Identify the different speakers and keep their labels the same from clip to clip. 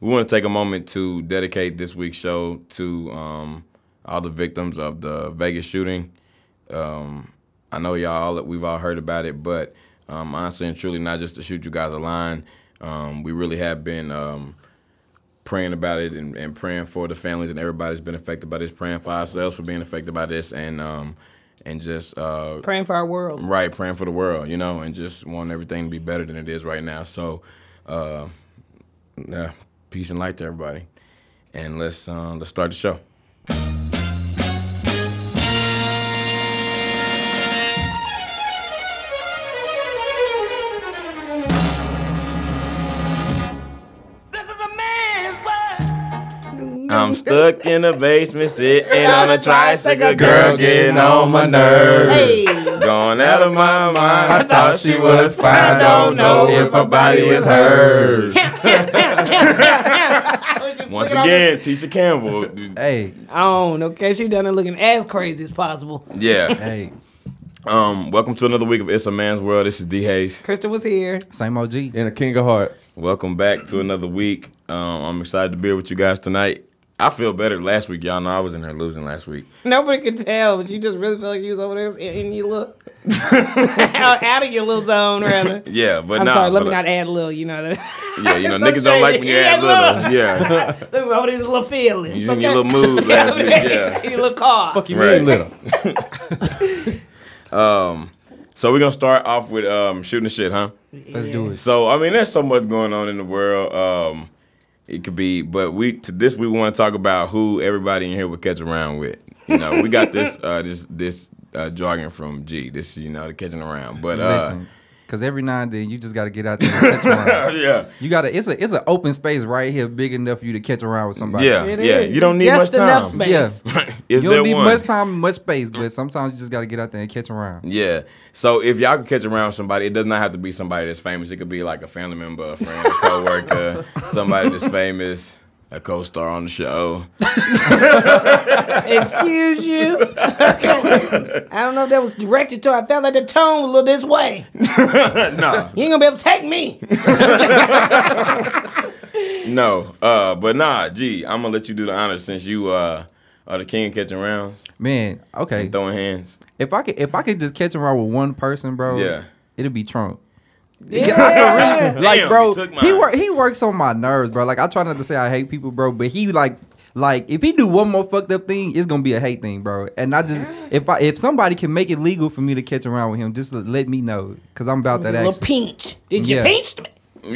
Speaker 1: we want to take a moment to dedicate this week's show to um, all the victims of the Vegas shooting. Um, I know y'all we've all heard about it, but um, honestly and truly, not just to shoot you guys a line, um, we really have been um, praying about it and, and praying for the families and everybody's been affected by this, praying for ourselves for being affected by this, and um, and just uh,
Speaker 2: Praying for our world.
Speaker 1: right praying for the world, you know, and just want everything to be better than it is right now. So, uh, yeah, peace and light to everybody, and let's uh, let's start the show.
Speaker 3: This is a man's world.
Speaker 1: I'm stuck in the basement, sitting on a tricycle. Girl getting on my nerves.
Speaker 2: Hey.
Speaker 1: Going out of my mind. I thought she was fine. Don't
Speaker 2: Don't
Speaker 1: know
Speaker 2: know
Speaker 1: if her body is hers. Once
Speaker 2: Look at all
Speaker 1: again, Tisha Campbell.
Speaker 4: Hey,
Speaker 2: Oh, okay. She down there looking as crazy as possible.
Speaker 1: Yeah.
Speaker 4: hey,
Speaker 1: Um. Welcome to another week of It's a Man's World. This is D Hayes.
Speaker 2: Krista was here.
Speaker 4: same OG.
Speaker 5: and a king of hearts.
Speaker 1: Welcome back to another week. Um. I'm excited to be here with you guys tonight. I feel better last week. Y'all know I was in there losing last week.
Speaker 2: Nobody could tell, but you just really felt like you was over there in in your little out out of your little zone, rather.
Speaker 1: Yeah, but
Speaker 2: I'm
Speaker 1: nah,
Speaker 2: sorry. Let
Speaker 1: but
Speaker 2: me
Speaker 1: I-
Speaker 2: not add little. You know that.
Speaker 1: Yeah, you know,
Speaker 2: It's so
Speaker 1: niggas don't like when you
Speaker 2: shady.
Speaker 1: add
Speaker 2: Yeah,
Speaker 1: little. Yeah.
Speaker 2: Look, all these little feelings.
Speaker 1: You in your little mood last week. Yeah.
Speaker 2: In your little car.
Speaker 5: Fuck you,
Speaker 1: Right.
Speaker 5: mean little.
Speaker 1: So we're gonna start off with um, shooting the shit, huh?
Speaker 4: Let's do it.
Speaker 1: So I mean, there's so much going on in the world. Um, it could be, but we to this we want to talk about who everybody in here would catch around with. You know, we got this uh, this this uh, jargon from G. This you know the catching around, but uh,
Speaker 4: Listen, because every now and then you just got to get out there and catch around.
Speaker 1: yeah,
Speaker 4: You gotta. It's a. It's an open space right here, big enough for you to catch around with somebody.
Speaker 1: yeah,
Speaker 2: It
Speaker 1: yeah.
Speaker 2: is.
Speaker 1: You don't need
Speaker 2: just
Speaker 1: much time.
Speaker 2: enough space.
Speaker 4: Yeah.
Speaker 1: Is
Speaker 4: you
Speaker 1: there
Speaker 4: don't need
Speaker 1: one?
Speaker 4: much time, much space, but sometimes you just gotta get out there and catch around.
Speaker 1: Yeah. So if y'all can catch around somebody, it does not have to be somebody that's famous. It could be like a family member, a friend, a coworker, somebody that's famous, a co-star on the show.
Speaker 2: Excuse you. I don't know if that was directed to. her. I felt like the tone was a little this way.
Speaker 1: no,
Speaker 2: You ain't gonna be able to take me.
Speaker 1: no. Uh, but nah, gee, I'm gonna let you do the honors since you uh are the king of catching rounds
Speaker 4: Man, okay.
Speaker 1: and throwing hands.
Speaker 4: If I could, if I could just catch around with one person, bro.
Speaker 1: Yeah.
Speaker 4: It'll be Trump.
Speaker 2: Yeah.
Speaker 4: like
Speaker 1: Damn,
Speaker 4: bro
Speaker 1: you took
Speaker 4: he
Speaker 1: mine.
Speaker 4: work he works on my nerves bro like i try not to say i hate people bro but he like like if he do one more fucked up thing it's gonna be a hate thing bro and i just if i if somebody can make it legal for me to catch around with him just let me know because i'm about that
Speaker 2: little
Speaker 4: action
Speaker 2: pinch. Did you
Speaker 4: Yeah.
Speaker 2: pinch me?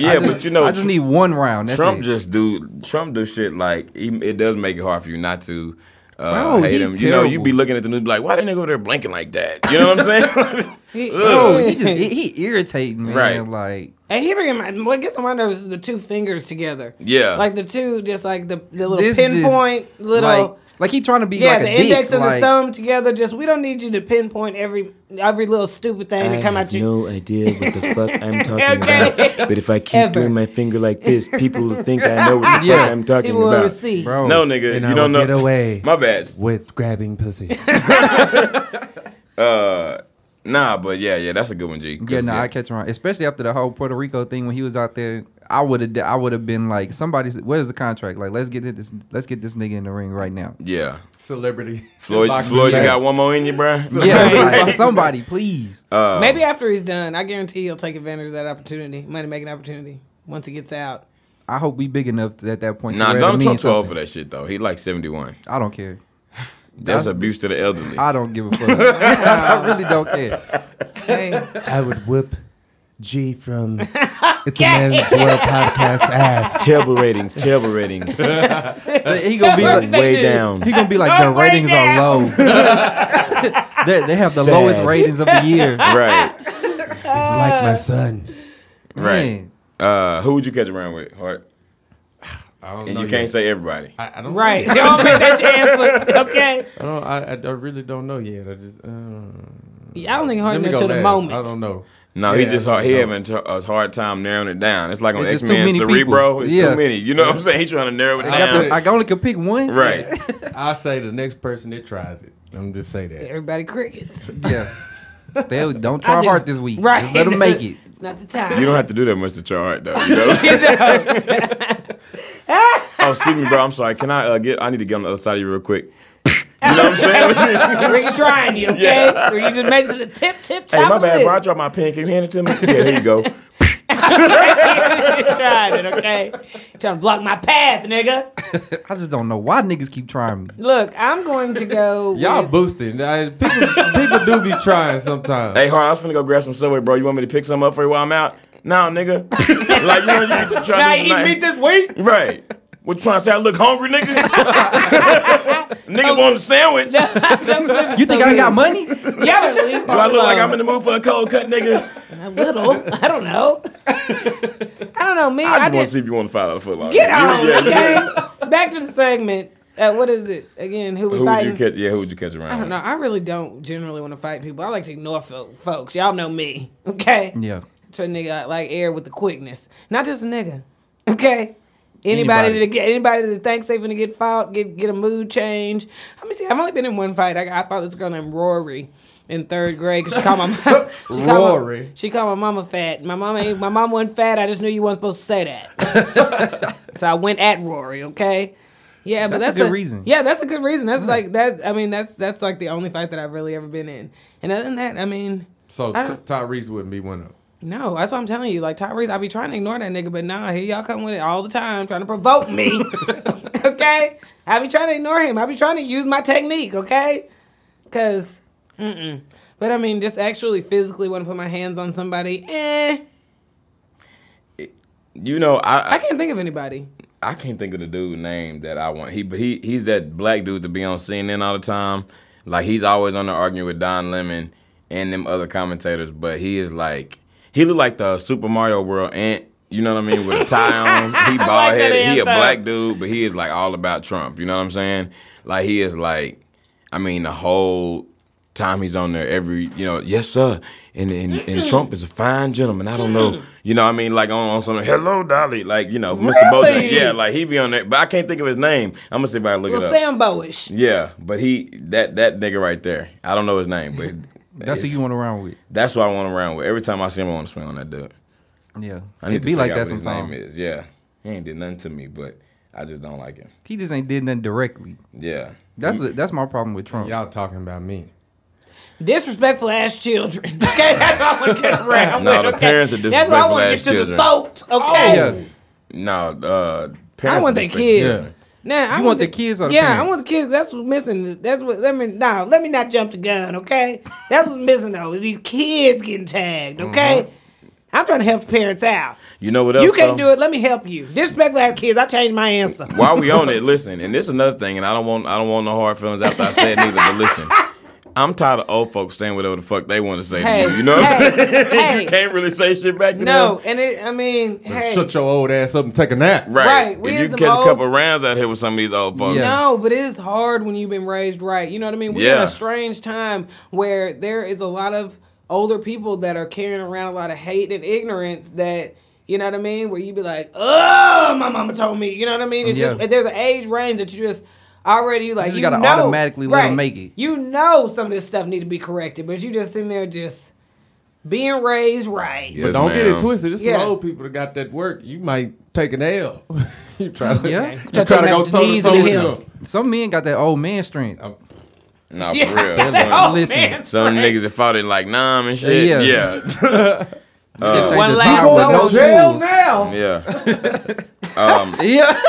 Speaker 1: Yeah,
Speaker 4: I just-
Speaker 1: but you know,
Speaker 4: i just need one round that's
Speaker 1: Trump
Speaker 4: it.
Speaker 1: just do Trump do shit like he, it does make it hard for you not to. Uh,
Speaker 4: Bro,
Speaker 1: hate
Speaker 4: he's
Speaker 1: him. You know, you
Speaker 4: terrible.
Speaker 1: be looking at the news, be like, why that nigga over there blinking like that? You know what I'm saying?
Speaker 4: Bro, Oh, he just he, he irritating man
Speaker 1: Right.
Speaker 4: like
Speaker 2: And he bring my what gets on my nerves is the two fingers together.
Speaker 1: Yeah.
Speaker 2: like the two, just like the, the little
Speaker 4: this just-
Speaker 2: pinpoint, little
Speaker 4: like, like he trying to be
Speaker 2: yeah,
Speaker 4: like a
Speaker 2: the index
Speaker 4: dick,
Speaker 2: and
Speaker 4: like-
Speaker 2: the thumb together. Just we don't need you to pinpoint every every little stupid thing that come out you.
Speaker 6: no idea what the fuck I'm talking
Speaker 2: Okay.
Speaker 6: about. But if I keep
Speaker 2: Ever.
Speaker 6: doing my finger like this, people will think I know what the
Speaker 4: Yeah.
Speaker 6: fuck I'm talking
Speaker 2: People will
Speaker 6: about.
Speaker 2: see.
Speaker 4: bro
Speaker 1: no, nigga,
Speaker 5: And
Speaker 1: you
Speaker 5: I
Speaker 1: don't know.
Speaker 5: will get away
Speaker 1: My bad.
Speaker 5: with grabbing pussy.
Speaker 1: Nah, but yeah, yeah, that's a good one, G. 'Cause,
Speaker 4: Yeah, no, I catch around, especially after the whole Puerto Rico thing when he was out there. I would have, I would have been like, somebody, said, where's the contract? Like, let's get this, let's get this nigga in the ring right now.
Speaker 1: yeah.
Speaker 5: Celebrity.
Speaker 1: Floyd,
Speaker 5: Boxing
Speaker 1: Floyd, you
Speaker 5: match.
Speaker 1: got one more in you, bruh?
Speaker 4: Yeah, like, somebody, please.
Speaker 2: Maybe after he's done, I guarantee he'll take advantage of that opportunity, money making opportunity. Once he gets out,
Speaker 4: I hope we big enough at that point.
Speaker 1: Nah,
Speaker 4: to
Speaker 1: Donald
Speaker 4: mean
Speaker 1: Trump's too old for
Speaker 4: something.
Speaker 1: that shit though. He like seventy one.
Speaker 4: I don't care.
Speaker 1: That's
Speaker 4: That's- Ah.
Speaker 1: abuse to the elderly.
Speaker 4: I don't give a fuck. I really don't care.
Speaker 2: hey,
Speaker 5: I would whip G from It's a Man's World podcast ass.
Speaker 6: Terrible ratings, terrible ratings.
Speaker 4: He gonna be
Speaker 6: Going
Speaker 4: like,
Speaker 6: way
Speaker 2: do.
Speaker 4: he
Speaker 6: down.
Speaker 4: gonna be like, the
Speaker 2: Right
Speaker 4: ratings are
Speaker 2: now.
Speaker 4: low. they, they have the
Speaker 6: Sad.
Speaker 4: lowest ratings of the year.
Speaker 1: right,
Speaker 5: It's like my son.
Speaker 1: right.
Speaker 4: Man.
Speaker 1: Uh, who would you catch around with, Hart?
Speaker 5: I don't
Speaker 1: And you can't say everybody.
Speaker 5: I, I don't
Speaker 2: right? Don't make that your answer, okay?
Speaker 5: I don't. I, I, I really don't know yet. I just. Uh,
Speaker 2: I don't think
Speaker 5: let
Speaker 2: hard
Speaker 5: me go
Speaker 2: enough to the
Speaker 5: last.
Speaker 2: moment.
Speaker 5: I don't know.
Speaker 1: No, he
Speaker 5: Yeah,
Speaker 1: just
Speaker 5: I
Speaker 1: hard, he
Speaker 5: know.
Speaker 1: having t- a hard time narrowing it down. It's like on
Speaker 4: It's
Speaker 1: X
Speaker 4: just too
Speaker 1: Men
Speaker 4: many
Speaker 1: Cerebro.
Speaker 4: people.
Speaker 1: It's
Speaker 4: Yeah.
Speaker 1: too many. You know what I'm saying? He trying to narrow it
Speaker 4: I, got
Speaker 1: down.
Speaker 4: the, I only could pick one.
Speaker 1: right.
Speaker 5: I say the next person that tries it. I'm just say that.
Speaker 2: Everybody crickets.
Speaker 4: Yeah. Still, don't try
Speaker 2: do.
Speaker 4: hard this week.
Speaker 2: Right.
Speaker 4: Just let them make it.
Speaker 2: It's not the time.
Speaker 1: You don't have to do that much to try hard though. You know?
Speaker 2: don't.
Speaker 1: oh, excuse me, bro. I'm sorry. Can I uh, get? I need to get on the other side of you real quick. You know what I'm saying?
Speaker 2: Were you trying you, okay?
Speaker 1: Yeah.
Speaker 2: Were you just making the tip, tip, top
Speaker 1: hey, my
Speaker 2: of
Speaker 1: bad,
Speaker 2: the
Speaker 1: bro. I
Speaker 2: list?
Speaker 1: dropped my pen. Can you hand it to me? Yeah, here you go.
Speaker 2: You tried it, okay? Trying to block my path, nigga.
Speaker 4: I just don't know why niggas keep trying me.
Speaker 2: Look, I'm going to go.
Speaker 5: Y'all
Speaker 2: with-
Speaker 5: boosting. I- People, people do be trying sometimes.
Speaker 1: Hey, Hard, I was finna go grab some Subway, bro. You want me to pick some up for you while I'm out? No, nigga. like, you know, you
Speaker 2: Nah,
Speaker 1: trying to
Speaker 2: eat meat this week?
Speaker 1: Right. What you trying to say? I look hungry, nigga? nigga want a sandwich. Do
Speaker 4: You think I got money?
Speaker 2: Y'all better leave Do
Speaker 1: I look like I'm in the mood for a cold cut, nigga?
Speaker 2: a little? I don't know. I don't know. Me,
Speaker 1: I
Speaker 2: I,
Speaker 1: just want to
Speaker 2: did.
Speaker 1: see if you want to fight out a foot long.
Speaker 2: Get
Speaker 1: You-
Speaker 2: on,
Speaker 1: yeah, you-
Speaker 2: okay? Back to the segment. Uh, what is it again? Who we
Speaker 1: Who would
Speaker 2: fighting?
Speaker 1: you catch? Yeah, who would you catch around?
Speaker 2: I don't know. I really don't generally want to fight people. I like to ignore fo- folks. Y'all know me, okay?
Speaker 4: Yeah.
Speaker 2: Treat a nigga out like air with the quickness. Not just a nigga, okay? Anybody,
Speaker 4: Anybody.
Speaker 2: that get anybody that thinks they finna get fought, get get a mood change. Let me see. I've only been in one fight. I, I fought this girl named Rory in third grade because she called my mom. she called
Speaker 5: Rory.
Speaker 2: My, she called my mama fat. My mama ain't. My mom wasn't fat. I just knew you weren't supposed to say that. so I went at Rory. Okay. Yeah, but that's,
Speaker 4: That's a good reason.
Speaker 2: Yeah, that's a good reason. That's like that. I mean, that's that's like the only fight that I've really ever been in. And other than that, I mean,
Speaker 5: So
Speaker 2: I
Speaker 5: Ty-
Speaker 2: don't-
Speaker 5: Tyrese wouldn't be one of them.
Speaker 2: no, that's what I'm telling you. Like Tyrese, I be trying to ignore that nigga, but nah, here y'all come with it all the time, trying to provoke me. okay, I be trying to ignore him. I be trying to use my technique. Okay, cause, mm-mm. but I mean, just actually physically want to put my hands on somebody. Eh,
Speaker 1: You know, I,
Speaker 2: I
Speaker 1: I
Speaker 2: can't think of anybody.
Speaker 1: I can't think of the dude name that I want. He but he he's that black dude to be on CNN all the time. Like he's always on there arguing with Don Lemon and them other commentators. But he is like he look like the Super Mario World ant. You know what I mean? With a tie on, he bald
Speaker 2: that
Speaker 1: headed. He a
Speaker 2: answer.
Speaker 1: black dude, but he is like all about Trump. You know what I'm saying? Like he is like, I mean, the whole time he's on there, every you know, yes sir, and and, and Trump is a fine gentleman. I don't know, you know, what I mean, like on, on something, hello Dolly, like you know, Mr. Bojack, yeah, like he be on there, but I can't think of his name. I'm gonna see if I can look
Speaker 2: Little
Speaker 1: it up.
Speaker 2: Sambo-ish.
Speaker 1: Yeah, but he that that nigga right there. I don't know his name, but
Speaker 4: That's who you want around with.
Speaker 1: that's what I want around with. Every time I see him, I want to swing on that dude.
Speaker 4: Yeah.
Speaker 1: I need
Speaker 4: It
Speaker 1: to
Speaker 4: be
Speaker 1: figure
Speaker 4: like
Speaker 1: out
Speaker 4: that
Speaker 1: what his
Speaker 4: sometimes.
Speaker 1: name is. Yeah, he ain't did nothing to me, but I just don't like him.
Speaker 4: He just ain't did nothing directly.
Speaker 1: Yeah,
Speaker 4: That's that's my problem with Trump.
Speaker 5: Y'all talking about me.
Speaker 2: Disrespectful ass children. Okay, that's what I want to get around
Speaker 1: No,
Speaker 2: with.
Speaker 1: the
Speaker 2: okay?
Speaker 1: parents are
Speaker 2: That's why I wanna
Speaker 1: disrespectful
Speaker 2: get
Speaker 1: ass
Speaker 2: to the
Speaker 1: children.
Speaker 2: throat. Okay.
Speaker 5: Oh,
Speaker 4: Yeah.
Speaker 1: no, uh, parents.
Speaker 2: I want
Speaker 1: are
Speaker 2: their
Speaker 1: disrespectful.
Speaker 2: kids.
Speaker 5: Yeah.
Speaker 2: Nah, I
Speaker 4: You want the kids or the
Speaker 2: yeah, I
Speaker 4: parents?
Speaker 2: want the kids. That's what's missing. That's what. Let me now. let me not jump the gun. Okay, that's what's missing though. Is these kids getting tagged?
Speaker 4: Mm-hmm.
Speaker 2: Okay, I'm trying to help the parents out.
Speaker 1: You know what else?
Speaker 2: you can't
Speaker 1: though?
Speaker 2: do it. Let me help you. Disrespectful ass kids. I changed my answer.
Speaker 1: While we on it, listen, and this is another thing, and I don't want I don't want no hard feelings after I say it neither, but listen. I'm tired of old folks saying whatever the fuck they want to say
Speaker 2: Hey,
Speaker 1: to you. You know what I'm
Speaker 2: hey,
Speaker 1: saying?
Speaker 2: hey.
Speaker 1: you can't really say shit back to
Speaker 2: No,
Speaker 1: them.
Speaker 2: and it. I mean, hey,
Speaker 5: Shut your old ass up and take a nap.
Speaker 1: Right.
Speaker 2: Right, we
Speaker 1: If you
Speaker 2: is
Speaker 1: catch
Speaker 2: old-
Speaker 1: a couple rounds out here with some of these old folks.
Speaker 4: Yeah.
Speaker 2: No, but it is hard when you've been raised right. You know what I mean? We're in
Speaker 1: Yeah.
Speaker 2: a strange time where there is a lot of older people that are carrying around a lot of hate and ignorance that you know what I mean? Where you be like, Oh, my mama told me. You know what I mean? It's
Speaker 4: Yeah.
Speaker 2: just there's an age range that you just already like you,
Speaker 4: just gotta
Speaker 2: know-
Speaker 4: automatically let 'em make it.
Speaker 2: You know some of this stuff need to be corrected, but you just sitting there just being raised right.
Speaker 1: Yeah.
Speaker 5: But don't get
Speaker 1: ma'am.
Speaker 5: it twisted. It's
Speaker 2: Yeah.
Speaker 5: for old people that got that work. You might take an L. you try to,
Speaker 4: Yeah.
Speaker 5: you
Speaker 4: Try
Speaker 5: try
Speaker 2: to
Speaker 5: to go
Speaker 2: match the
Speaker 5: toe to
Speaker 2: knees
Speaker 5: toe
Speaker 2: and
Speaker 5: with
Speaker 2: the
Speaker 5: them.
Speaker 2: hips.
Speaker 4: Some men got that old man strength.
Speaker 1: Uh, Nah, for
Speaker 2: Yeah.
Speaker 1: real.
Speaker 2: Oh,
Speaker 4: Listen,
Speaker 2: man,
Speaker 1: Some
Speaker 2: straight.
Speaker 1: niggas that fought it like nom and shit.
Speaker 4: Yeah.
Speaker 1: Yeah.
Speaker 4: They change
Speaker 2: one
Speaker 4: the
Speaker 2: last
Speaker 4: tire
Speaker 2: one.
Speaker 4: with no
Speaker 5: Jail
Speaker 4: tools.
Speaker 5: now.
Speaker 1: Yeah.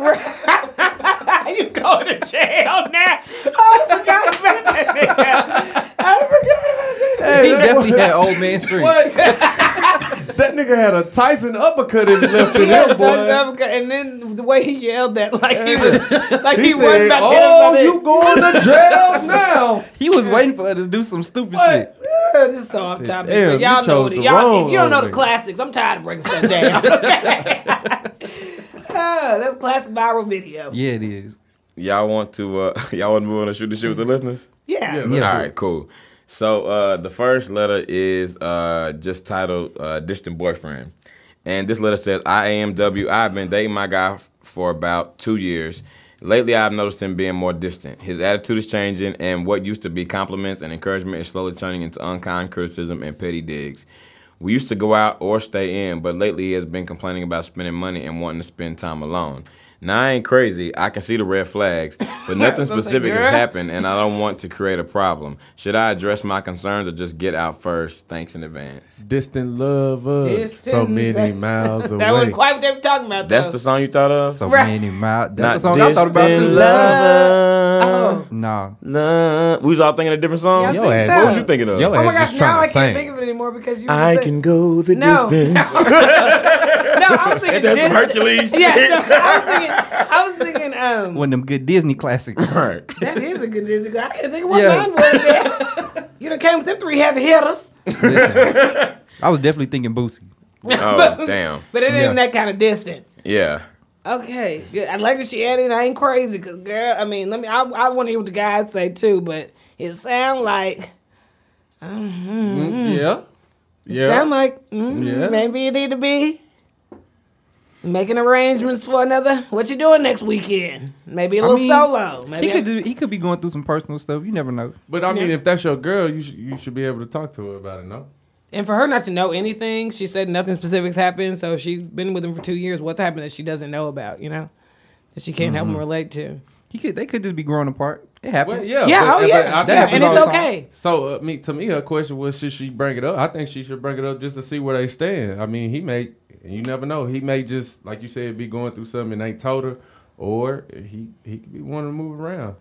Speaker 4: Yeah.
Speaker 2: you go to jail now. Oh, I forgot about that nigga. I forgot about that nigga.
Speaker 4: he definitely had old man strength.
Speaker 5: What? that nigga had a Tyson uppercut in left in
Speaker 2: Yeah,
Speaker 5: him,
Speaker 2: Doug
Speaker 5: boy.
Speaker 2: Doveca- and then the way he yelled that, like he was, like he,
Speaker 5: He
Speaker 2: was
Speaker 5: said,
Speaker 2: trying
Speaker 5: "Oh,
Speaker 2: to hit
Speaker 5: you
Speaker 2: us
Speaker 5: going to jail now?"
Speaker 4: He was waiting for her to do some stupid shit.
Speaker 2: Yeah, this is off topic.
Speaker 5: "Damn,
Speaker 2: but
Speaker 5: you
Speaker 2: y'all know
Speaker 5: chose
Speaker 2: the,
Speaker 5: the
Speaker 2: y'all. If
Speaker 5: wrong
Speaker 2: you don't know
Speaker 5: old
Speaker 2: the
Speaker 5: nigga.
Speaker 2: classics, I'm tired of breaking stuff down. Okay. Ah, that's classic viral video.
Speaker 4: Yeah, it is.
Speaker 1: Y'all want to uh y'all want to move on and shoot the shit with the listeners?
Speaker 2: Yeah.
Speaker 5: Yeah.
Speaker 1: All right, cool. So uh, the first letter is uh, just titled uh, "Distant Boyfriend," and this letter says, "I am W. I've been dating my guy f- for about two years. Lately, I've noticed him being more distant. His attitude is changing, and what used to be compliments and encouragement is slowly turning into unkind criticism and petty digs. We used to go out or stay in, but lately he has been complaining about spending money and wanting to spend time alone. Now I ain't crazy. I can see the red flags, but nothing
Speaker 2: Listen,
Speaker 1: specific has
Speaker 2: girl.
Speaker 1: happened, and I don't want to create a problem. Should I address my concerns or just get out first? Thanks in advance.
Speaker 5: Distant love of so
Speaker 2: Distant-
Speaker 5: many miles away.
Speaker 2: That was quite what they were talking about.
Speaker 1: That's
Speaker 2: though.
Speaker 1: the song you thought of.
Speaker 4: So
Speaker 2: Right.
Speaker 4: many miles. That's
Speaker 1: Not
Speaker 4: the song I thought about too. Oh.
Speaker 1: distant
Speaker 2: Oh.
Speaker 1: lover.
Speaker 4: Nah.
Speaker 1: Nah. We was all thinking a different song.
Speaker 2: Yeah, I think
Speaker 5: Yo,
Speaker 2: so.
Speaker 1: what was you thinking of?
Speaker 5: Yo,
Speaker 2: Oh my
Speaker 5: ass
Speaker 2: gosh,
Speaker 5: just
Speaker 2: now I
Speaker 5: trying
Speaker 2: can't
Speaker 5: to sing.
Speaker 2: think of it anymore because you
Speaker 6: I
Speaker 2: just said-
Speaker 6: can go the
Speaker 2: No.
Speaker 6: distance.
Speaker 2: No, I was thinking
Speaker 1: That's some
Speaker 2: distant.
Speaker 1: Hercules.
Speaker 2: Yeah, no, I was thinking. I was thinking. Um,
Speaker 4: One of them good Disney classics.
Speaker 1: Right.
Speaker 2: that is a good Disney. 'cause I can't think of what
Speaker 4: Yeah.
Speaker 2: mine was. There. You done came with them three heavy hitters,
Speaker 4: Listen, I was definitely thinking Boosie.
Speaker 1: Oh damn.
Speaker 2: but it ain't
Speaker 4: Yeah.
Speaker 2: that kind of distant.
Speaker 1: Yeah.
Speaker 2: Okay, good. I like that she added. I ain't crazy, cause girl. I mean, let me. I, I want to hear what the guys say too, but it sound like
Speaker 5: Yeah. Yeah.
Speaker 2: sound like mm,
Speaker 5: Yeah.
Speaker 2: maybe it need to be making arrangements for another. What you doing next weekend? Maybe a
Speaker 4: I
Speaker 2: little
Speaker 4: mean,
Speaker 2: solo. Maybe
Speaker 4: He could do, he could be going through some personal stuff. You never know.
Speaker 5: but I mean, if that's your girl, you should you should be able to talk to her about it, no?
Speaker 2: And for her not to know anything, she said nothing specific's happened. So she's been with him for two years. What's happened that she doesn't know about, you know? That she can't help him relate to.
Speaker 4: He could they could just be growing apart. It happens.
Speaker 2: yeah,
Speaker 5: but-
Speaker 2: oh
Speaker 5: but
Speaker 2: yeah.
Speaker 5: I think
Speaker 4: That
Speaker 5: she
Speaker 2: and
Speaker 4: happens all
Speaker 2: it's
Speaker 4: the
Speaker 5: should-
Speaker 4: time.
Speaker 2: okay.
Speaker 5: So, uh, me to me, her question was, should she bring it up? I think she should bring it up just to see where they stand. I mean, he may, you never know. He may just, like you said, be going through something and ain't told her, or he he could be wanting to move around.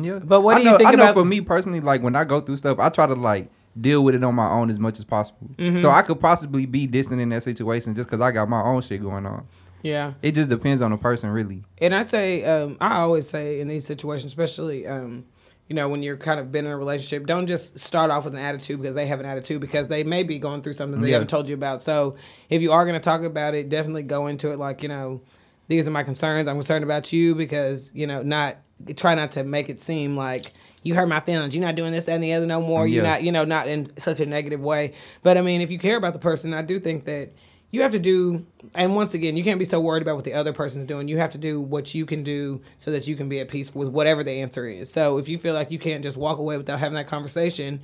Speaker 4: Yeah.
Speaker 2: But what
Speaker 4: I
Speaker 2: do you
Speaker 4: know,
Speaker 2: think
Speaker 4: I know
Speaker 2: about-
Speaker 4: for me personally, like when I go through stuff, I try to like deal with it on my own as much as possible.
Speaker 2: Mm-hmm.
Speaker 4: So I could possibly be distant in that situation just because I got my own shit going on.
Speaker 2: Yeah.
Speaker 4: It just depends on the person, really.
Speaker 2: And I say, um, I always say in these situations, especially, um, you know, when you're kind of been in a relationship, don't just start off with an attitude because they have an attitude because they may be going through something they
Speaker 4: Yeah.
Speaker 2: haven't told you about. So if you are going to talk about it, definitely go into it like, you know, these are my concerns. I'm concerned about you because, you know, not try not to make it seem like you hurt my feelings. You're not doing this, that, and the other no more. You're
Speaker 4: Yeah.
Speaker 2: not, you know, not in such a negative way. But I mean, if you care about the person, I do think that you have to do and once again you can't be so worried about what the other person's doing you have to do what you can do so that you can be at peace with whatever the answer is so if you feel like you can't just walk away without having that conversation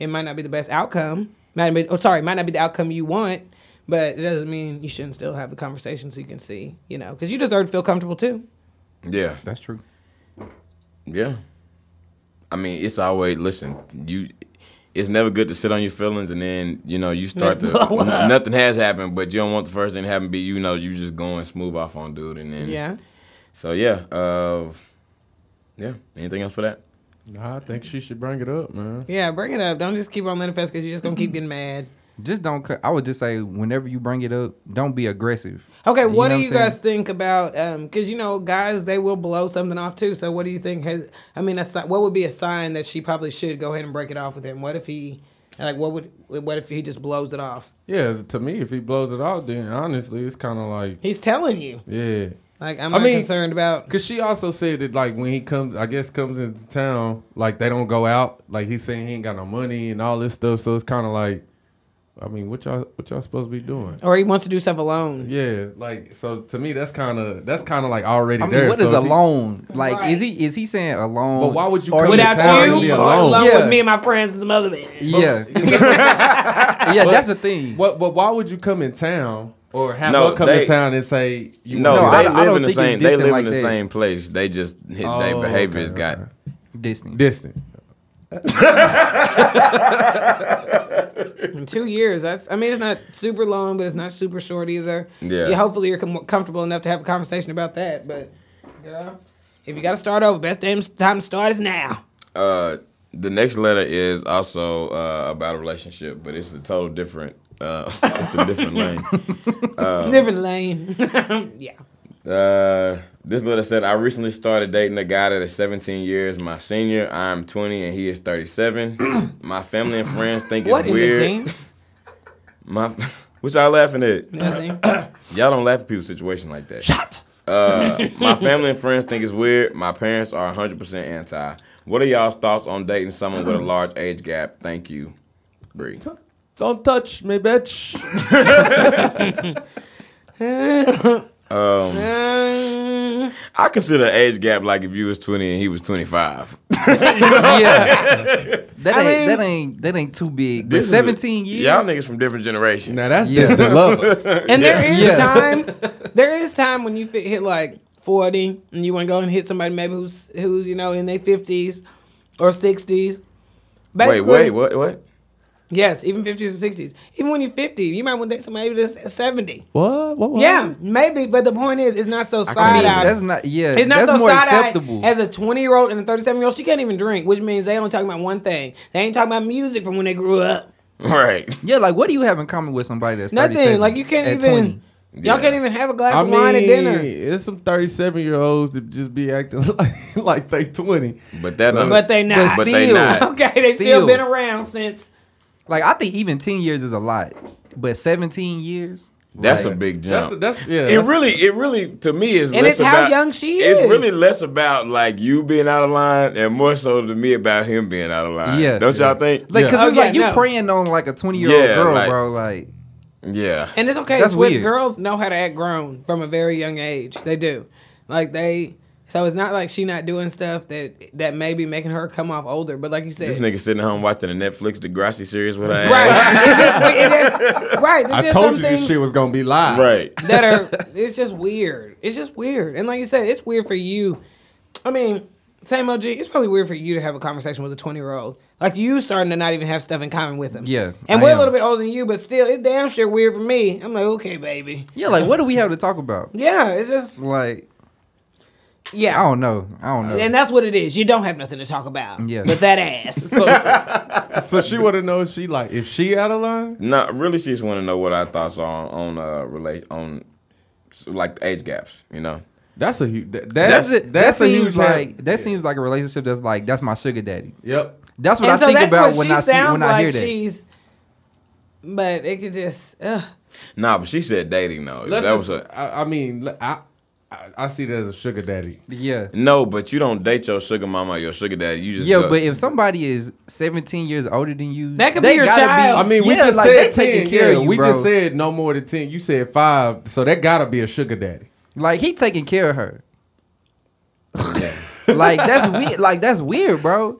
Speaker 2: it might not be the best outcome might be, oh, sorry might not be the outcome you want but it doesn't mean you shouldn't still have the conversation so you can see you know because you deserve to feel comfortable too
Speaker 1: Yeah.
Speaker 4: That's true.
Speaker 1: Yeah. I mean, it's always listen. You, it's never good to sit on your feelings and then you know you start to
Speaker 2: blow up.
Speaker 1: nothing has happened, but you don't want the first thing to happen. Be you know you just going smooth off on dude and then
Speaker 2: yeah
Speaker 1: So yeah, uh, yeah. Anything else for that?
Speaker 5: Nah, I think she should bring it up, man.
Speaker 2: yeah bring it up don't just keep on manifest because you're just gonna keep getting mad
Speaker 4: Just don't. cu- I would just say whenever you bring it up, don't be aggressive.
Speaker 2: Okay,
Speaker 4: You
Speaker 2: what
Speaker 4: know
Speaker 2: do
Speaker 4: what
Speaker 2: you
Speaker 4: I'm saying?
Speaker 2: guys think about? Because you know, guys, they will blow something off too. So, what do you think? Has I mean, a, si- what would be a sign that she probably should go ahead and break it off with him? What if he, like, what would, what if he just blows it off?
Speaker 5: Yeah, to me, if he blows it out, then honestly, it's kind of like,
Speaker 2: He's telling you,
Speaker 5: yeah.
Speaker 2: like, I'm
Speaker 5: I
Speaker 2: not
Speaker 5: mean-
Speaker 2: concerned about.
Speaker 5: Cause she also said that like when he comes, I guess comes into town, like they don't go out. Like he's saying he ain't got no money and all this stuff. So it's kind of like, I mean, what y'all what y'all supposed to be doing?
Speaker 2: Or he wants to do stuff alone.
Speaker 5: Yeah, like so to me that's kind of that's kind of like already
Speaker 4: I mean,
Speaker 5: there.
Speaker 4: what
Speaker 5: So
Speaker 4: is
Speaker 5: if he-
Speaker 4: alone? Like,
Speaker 2: Right.
Speaker 4: is he is he saying alone?
Speaker 5: But why would you
Speaker 4: Or
Speaker 5: come
Speaker 4: he
Speaker 5: to town
Speaker 2: Without
Speaker 5: and
Speaker 2: you,
Speaker 5: be
Speaker 2: or
Speaker 5: alone?
Speaker 2: alone
Speaker 4: Yeah.
Speaker 2: with me and my friends and some other man.
Speaker 4: Yeah, yeah. That's the thing.
Speaker 5: What? But why would you come in town or have
Speaker 1: No,
Speaker 5: her come
Speaker 1: they-
Speaker 5: in town and say you
Speaker 1: No,
Speaker 4: No,
Speaker 5: want
Speaker 4: I
Speaker 1: they
Speaker 4: don't- I
Speaker 1: live
Speaker 4: don't
Speaker 1: in the
Speaker 4: think it's
Speaker 1: same. They
Speaker 4: distant
Speaker 1: live
Speaker 4: like
Speaker 1: in the
Speaker 4: that.
Speaker 1: same place. They just their
Speaker 5: Oh,
Speaker 1: behavior
Speaker 5: okay,
Speaker 1: has got.
Speaker 5: okay.
Speaker 4: Disney.
Speaker 5: distant?
Speaker 2: In two years. That's I mean, it's not super long, but it's not super short either.
Speaker 1: Yeah.
Speaker 2: hopefully, you're com- comfortable enough to have a conversation about that. But yeah, if you got to start over, best damn s- time to start is now.
Speaker 1: Uh, the next letter is also uh, about a relationship, but it's a total different. Uh, it's a different lane. Oh.
Speaker 2: Different lane. yeah.
Speaker 1: Uh, this letter said, I recently started dating a guy that is 17 years my senior. I'm 20 and he is 37. my family and friends think it's
Speaker 2: What is
Speaker 1: weird.
Speaker 2: it, Dean?
Speaker 1: My, what y'all laughing at?
Speaker 2: Nothing.
Speaker 1: Y'all don't laugh at people's situation like that. Shut. Uh, my family and friends think it's weird. My parents are 100% anti. What are y'all's thoughts on dating someone with a large age gap? Thank you, Bree.
Speaker 5: Don't touch me, bitch.
Speaker 1: Um,
Speaker 2: Um,
Speaker 1: I consider age gap like if you was 20 and he was 25.
Speaker 4: yeah.
Speaker 2: I
Speaker 4: That ain't
Speaker 2: mean-
Speaker 4: that ain't that ain't too big. But
Speaker 1: This is-
Speaker 4: 17 years.
Speaker 1: Y'all niggas from different generations.
Speaker 5: Now that's
Speaker 4: Yeah.
Speaker 5: just the lovers.
Speaker 2: And there is
Speaker 4: Yeah.
Speaker 2: time. There is time when you fit, hit like forty, and you want to go and hit somebody maybe who's who's you know in their fifties or sixties.
Speaker 1: wait, wait, what, what?
Speaker 2: Yes, even fifties or sixties. Even when you're fifty, you might want to date somebody that's seventy.
Speaker 5: What? What? what?
Speaker 2: Yeah, maybe. But the point is, it's not so
Speaker 4: I mean,
Speaker 2: side eye.
Speaker 4: that's not yeah.
Speaker 2: It's not
Speaker 4: that's
Speaker 2: so
Speaker 4: more
Speaker 2: side
Speaker 4: acceptable.
Speaker 2: acceptable. As a 20 year old and a 37 year old, she can't even drink, which means they only talking about one thing. They ain't talking about music from when they grew up.
Speaker 1: Right.
Speaker 4: yeah, like what do you have in common with somebody that's
Speaker 2: Nothing.
Speaker 4: 37
Speaker 2: Like you can't
Speaker 4: at
Speaker 2: even.
Speaker 4: 20?
Speaker 2: Y'all
Speaker 1: Yeah.
Speaker 2: can't even have a glass
Speaker 5: I
Speaker 2: of
Speaker 5: mean,
Speaker 2: wine at dinner.
Speaker 5: it's some thirty-seven year olds that just be acting like, like they twenty.
Speaker 1: But that,
Speaker 2: But they not.
Speaker 1: But they not.
Speaker 2: okay, they still,
Speaker 4: Still.
Speaker 2: been around since.
Speaker 4: Like I think even 10 years is a lot, but 17 years.
Speaker 1: that's
Speaker 4: like,
Speaker 1: a big
Speaker 5: That's
Speaker 1: jump.
Speaker 5: that's yeah.
Speaker 1: it
Speaker 5: that's-
Speaker 1: really, it really, to me, is
Speaker 2: And
Speaker 1: less
Speaker 2: it's how
Speaker 1: about-
Speaker 2: young she is.
Speaker 1: It's really less about like you being out of line, and more so to me about him being out of line.
Speaker 4: Yeah.
Speaker 1: don't y'all think?
Speaker 4: Like
Speaker 5: Yeah.
Speaker 4: because
Speaker 2: Oh,
Speaker 4: it's
Speaker 2: yeah,
Speaker 4: like you
Speaker 2: no.
Speaker 4: preying on like a 20 year old
Speaker 1: Yeah,
Speaker 4: girl,
Speaker 1: like-
Speaker 4: bro. Like
Speaker 1: yeah,
Speaker 2: And it's okay.
Speaker 4: That's
Speaker 2: with
Speaker 4: weird.
Speaker 2: Girls know how to act grown from a very young age. They do. Like they. So it's not like she not doing stuff that that may be making her come off older. But like you said,
Speaker 1: this nigga sitting home watching the Netflix Degrassi series with her ass.
Speaker 2: right? it's just, it is, right. There's
Speaker 5: I
Speaker 2: just
Speaker 5: told
Speaker 2: some
Speaker 5: you
Speaker 2: things
Speaker 5: this shit was gonna be live.
Speaker 1: Right.
Speaker 2: that are it's just weird. It's just weird. And like you said, it's weird for you. I mean, same OG, it's probably weird for you to have a conversation with a 20 year old. Like you starting to not even have stuff in common with them.
Speaker 4: Yeah,
Speaker 2: And
Speaker 4: I
Speaker 2: we're
Speaker 4: am.
Speaker 2: a little bit older than you, but still it's damn sure weird for me. I'm like, okay, baby.
Speaker 4: yeah, like what do we have to talk about?
Speaker 2: Yeah, it's just
Speaker 4: Like I
Speaker 2: yeah.
Speaker 4: don't know. I don't know.
Speaker 2: And that's what it is. You don't have nothing to talk about.
Speaker 4: Yeah.
Speaker 2: But that ass.
Speaker 5: So she want to know if she like if she out of line.
Speaker 1: No, really, she just want to know what our thoughts are on on uh relate on like age gaps. You know.
Speaker 5: That's a huge. That,
Speaker 4: that's
Speaker 5: that's
Speaker 4: it.
Speaker 5: that's,
Speaker 4: That
Speaker 5: a
Speaker 4: seems
Speaker 5: huge
Speaker 4: like
Speaker 5: like.
Speaker 4: that seems like a relationship that's like that's my sugar daddy.
Speaker 5: Yep.
Speaker 4: That's what
Speaker 2: and
Speaker 4: I
Speaker 2: so
Speaker 4: think
Speaker 2: that's
Speaker 4: about
Speaker 2: what
Speaker 4: when
Speaker 2: she
Speaker 4: I see
Speaker 2: sounds
Speaker 4: when
Speaker 2: like
Speaker 4: I hear that.
Speaker 2: she's but it could just ugh.
Speaker 1: Nah, but she said dating though.
Speaker 5: Let's
Speaker 1: that
Speaker 5: just,
Speaker 1: was a
Speaker 5: I I mean, le- I, I I see that as a sugar daddy.
Speaker 4: yeah.
Speaker 1: no, but you don't date your sugar mama or your sugar daddy. You just
Speaker 4: Yeah,
Speaker 1: go-
Speaker 4: but if somebody is 17 years older than you,
Speaker 2: That could
Speaker 4: they
Speaker 2: be your
Speaker 4: gotta
Speaker 2: child.
Speaker 5: I mean, we
Speaker 4: Oh, yeah,
Speaker 5: just
Speaker 4: like,
Speaker 5: said
Speaker 4: they taking
Speaker 5: ten.
Speaker 4: care
Speaker 5: yeah,
Speaker 4: of you,
Speaker 5: we
Speaker 4: bro.
Speaker 5: just said no more than ten. You said five, so that gotta be a sugar daddy.
Speaker 4: like he taking care of her. like that's weird. Like that's weird, bro.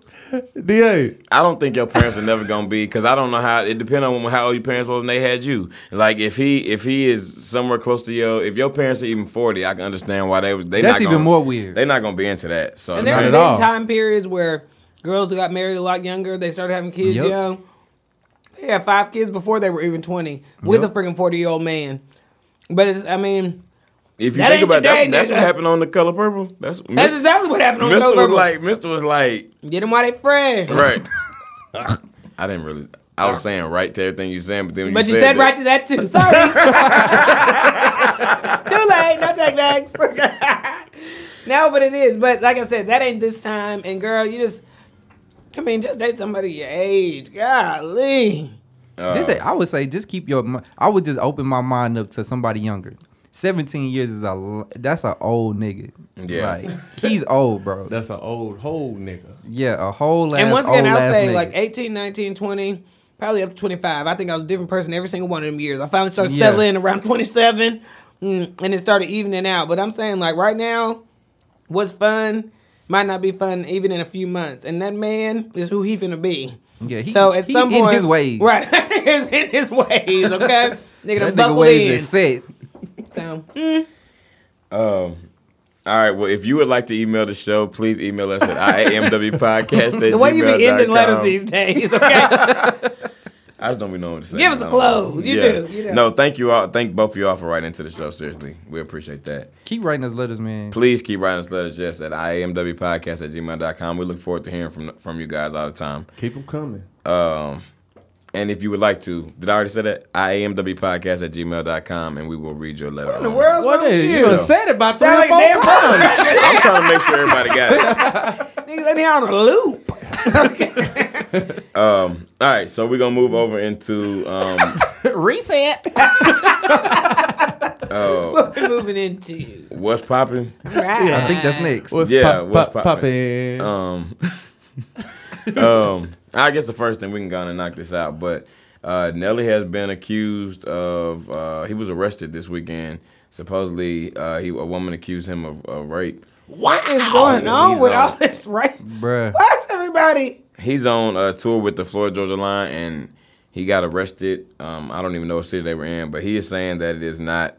Speaker 5: Da.
Speaker 1: I don't think your parents are never gonna be because I don't know how it depends on how old your parents were when they had you. Like if he if he is somewhere close to your if your parents are even forty, I can understand why they was. They
Speaker 4: That's
Speaker 1: not
Speaker 4: even
Speaker 1: gonna-
Speaker 4: more weird.
Speaker 1: They're not gonna be into that. So no,
Speaker 2: And there
Speaker 5: Not
Speaker 2: have
Speaker 5: at
Speaker 2: been
Speaker 5: all.
Speaker 2: time periods where girls who got married a lot younger, they started having kids
Speaker 4: Yep.
Speaker 2: young. They had five kids before they were even twenty with
Speaker 4: Yep.
Speaker 2: a freaking forty year old man. But it's, I mean,
Speaker 1: if you
Speaker 2: that
Speaker 1: think
Speaker 2: ain't
Speaker 1: about it,
Speaker 2: today,
Speaker 1: that, that's what
Speaker 2: nigga.
Speaker 1: happened on the color purple. That's
Speaker 2: that's
Speaker 1: Mr.
Speaker 2: exactly what happened on
Speaker 1: Mr.
Speaker 2: Mr.
Speaker 1: was like Mr. was like
Speaker 2: get them while they fresh.
Speaker 1: right. I didn't really. I was saying right to everything you saying, but then when
Speaker 2: But
Speaker 1: you,
Speaker 2: you said
Speaker 1: that-
Speaker 2: right to that too. Sorry. too late. No take backs. no, but it is. But like I said, that ain't this time. And girl, you just, I mean, just date somebody your age. Golly.
Speaker 1: Uh,
Speaker 4: This I would say just keep your. mi- I would just open my mind up to somebody younger. 17 years is a. l- That's an old nigga.
Speaker 1: Yeah.
Speaker 4: Like he's old, bro.
Speaker 5: That's an old whole nigga.
Speaker 4: Yeah, a whole ass.
Speaker 2: And once again,
Speaker 4: old
Speaker 2: I'll
Speaker 4: ass
Speaker 2: say
Speaker 4: nigga.
Speaker 2: like 18, 19, 20, probably up to 25. I think I was a different person every single one of them years. I finally started
Speaker 4: Yeah.
Speaker 2: settling around 27 mm, and it started evening out. But I'm saying, like, right now, what's fun might not be fun even in a few months. And that man is who he finna be.
Speaker 4: Yeah, he-
Speaker 2: so at
Speaker 4: he
Speaker 2: some
Speaker 4: in
Speaker 2: point,
Speaker 4: his ways.
Speaker 2: Right. he's in his ways, okay? Nigga, done
Speaker 4: that nigga
Speaker 2: buckled
Speaker 4: ways
Speaker 2: in.
Speaker 4: is set.
Speaker 2: So, mm,
Speaker 1: All right. Well, if you would like to email the show, please email us at iamwpodcast.
Speaker 2: the way you be ending letters these days, okay?
Speaker 1: I just don't be knowing what to say.
Speaker 2: Give us
Speaker 1: I
Speaker 2: a
Speaker 1: don't know.
Speaker 2: close. You do, you do.
Speaker 1: No, thank you all. Thank both of y'all for writing into the show. Seriously, we appreciate that.
Speaker 4: Keep writing us letters, man.
Speaker 1: Please keep writing us letters, yes, at iamwpodcast at gmail.com. We look forward to hearing from from you guys all the time.
Speaker 5: Keep them coming.
Speaker 1: And if you would like to, did I already say that? iamwpodcast at gmail.com, and we will read your letter. What
Speaker 2: the world's wrong with you?
Speaker 5: done said it about three
Speaker 2: Sound
Speaker 5: or
Speaker 2: like
Speaker 5: four
Speaker 2: damn
Speaker 5: times.
Speaker 1: I'm trying to make sure everybody got it.
Speaker 2: Niggas in here on a loop.
Speaker 1: All right, so we're going to move over into. Um,
Speaker 2: Reset. what we're moving into.
Speaker 1: What's popping?
Speaker 2: Right.
Speaker 4: I think that's next.
Speaker 5: What's
Speaker 1: Yeah,
Speaker 5: pop,
Speaker 1: what's
Speaker 5: pop,
Speaker 1: poppin'?
Speaker 5: poppin'?
Speaker 1: Um, um, I guess the first thing we can go on and knock this out, but uh, Nelly has been accused of. Uh, he was arrested this weekend supposedly uh, he, a woman accused him of, of rape.
Speaker 2: What is going on
Speaker 1: He's
Speaker 2: with
Speaker 1: on.
Speaker 2: all this right?
Speaker 4: Bruh.
Speaker 2: Why is everybody?
Speaker 1: He's on a tour with the Florida Georgia Line, and he got arrested. Um, I don't even know what city they were in, but he is saying that it is not.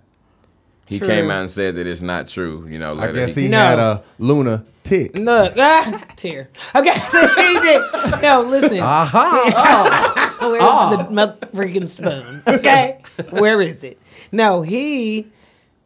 Speaker 1: He
Speaker 2: True.
Speaker 1: came out and said that it's not true. You know,
Speaker 5: I
Speaker 1: later
Speaker 5: guess he
Speaker 2: No.
Speaker 5: had a Luna tick.
Speaker 2: Look, ah, tear. Okay, so he did. No, listen. Where's
Speaker 5: Ah.
Speaker 2: the mother freaking spoon? Okay, where is it? No, he,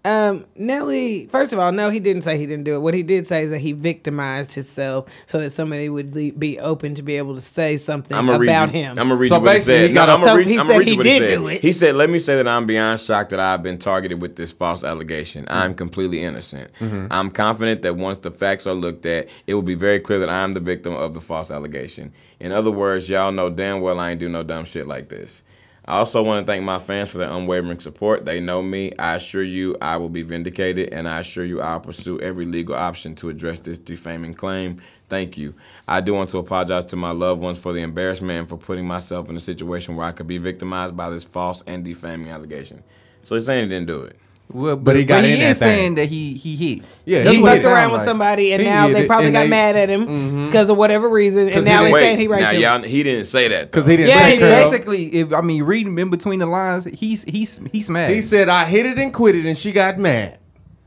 Speaker 2: um, Nelly. First of all, no, he didn't say he didn't do it. What he did say is that he victimized himself so that somebody would le- be open to be able to say something
Speaker 1: I'm
Speaker 2: about
Speaker 1: read you,
Speaker 2: him.
Speaker 1: I'm gonna read
Speaker 5: So
Speaker 1: you what he
Speaker 5: basically,
Speaker 1: said.
Speaker 5: he
Speaker 1: No,
Speaker 5: got
Speaker 1: I'm
Speaker 5: a-
Speaker 1: gonna
Speaker 2: So
Speaker 1: read,
Speaker 2: he
Speaker 1: I'm
Speaker 2: said
Speaker 1: read
Speaker 2: he
Speaker 1: you what he
Speaker 2: did
Speaker 1: said.
Speaker 2: do it.
Speaker 1: He said, "Let me say that I'm beyond shocked that I've been targeted with this false allegation. I'm completely innocent. I'm confident that once the facts are looked at, it will be very clear that I'm the victim of the false allegation. In other words, y'all know damn well I ain't do no dumb shit like this." I also want to thank my fans for their unwavering support. They know me. I assure you I will be vindicated, and I assure you I'll pursue every legal option to address this defaming claim. Thank you. I do want to apologize to my loved ones for the embarrassment and for putting myself in a situation where I could be victimized by this false and defaming allegation. So he's saying he didn't do it.
Speaker 4: Well, but,
Speaker 5: But he
Speaker 4: he
Speaker 5: got in that
Speaker 4: is
Speaker 5: thing.
Speaker 4: saying that he he hit.
Speaker 5: Yeah,
Speaker 4: That's
Speaker 5: he
Speaker 2: He
Speaker 5: what
Speaker 4: it
Speaker 2: messed
Speaker 4: sound
Speaker 2: around with
Speaker 4: like.
Speaker 2: somebody, and
Speaker 5: He
Speaker 2: now
Speaker 5: did
Speaker 2: they
Speaker 5: it,
Speaker 2: probably
Speaker 5: and
Speaker 2: got
Speaker 5: they- Mm-hmm.
Speaker 2: mad at him because of whatever reason, and now
Speaker 5: he-
Speaker 2: they're
Speaker 5: Wait,
Speaker 2: saying he
Speaker 1: now
Speaker 2: right there.
Speaker 1: y'all, he didn't say that.
Speaker 5: Because
Speaker 1: though.
Speaker 5: he didn't
Speaker 2: Yeah,
Speaker 5: take
Speaker 2: he
Speaker 5: care
Speaker 2: did.
Speaker 5: of him.
Speaker 4: Basically, if I mean reading in between the lines, he's he's he smashed.
Speaker 5: He said, I hit it and quit it, and she got mad.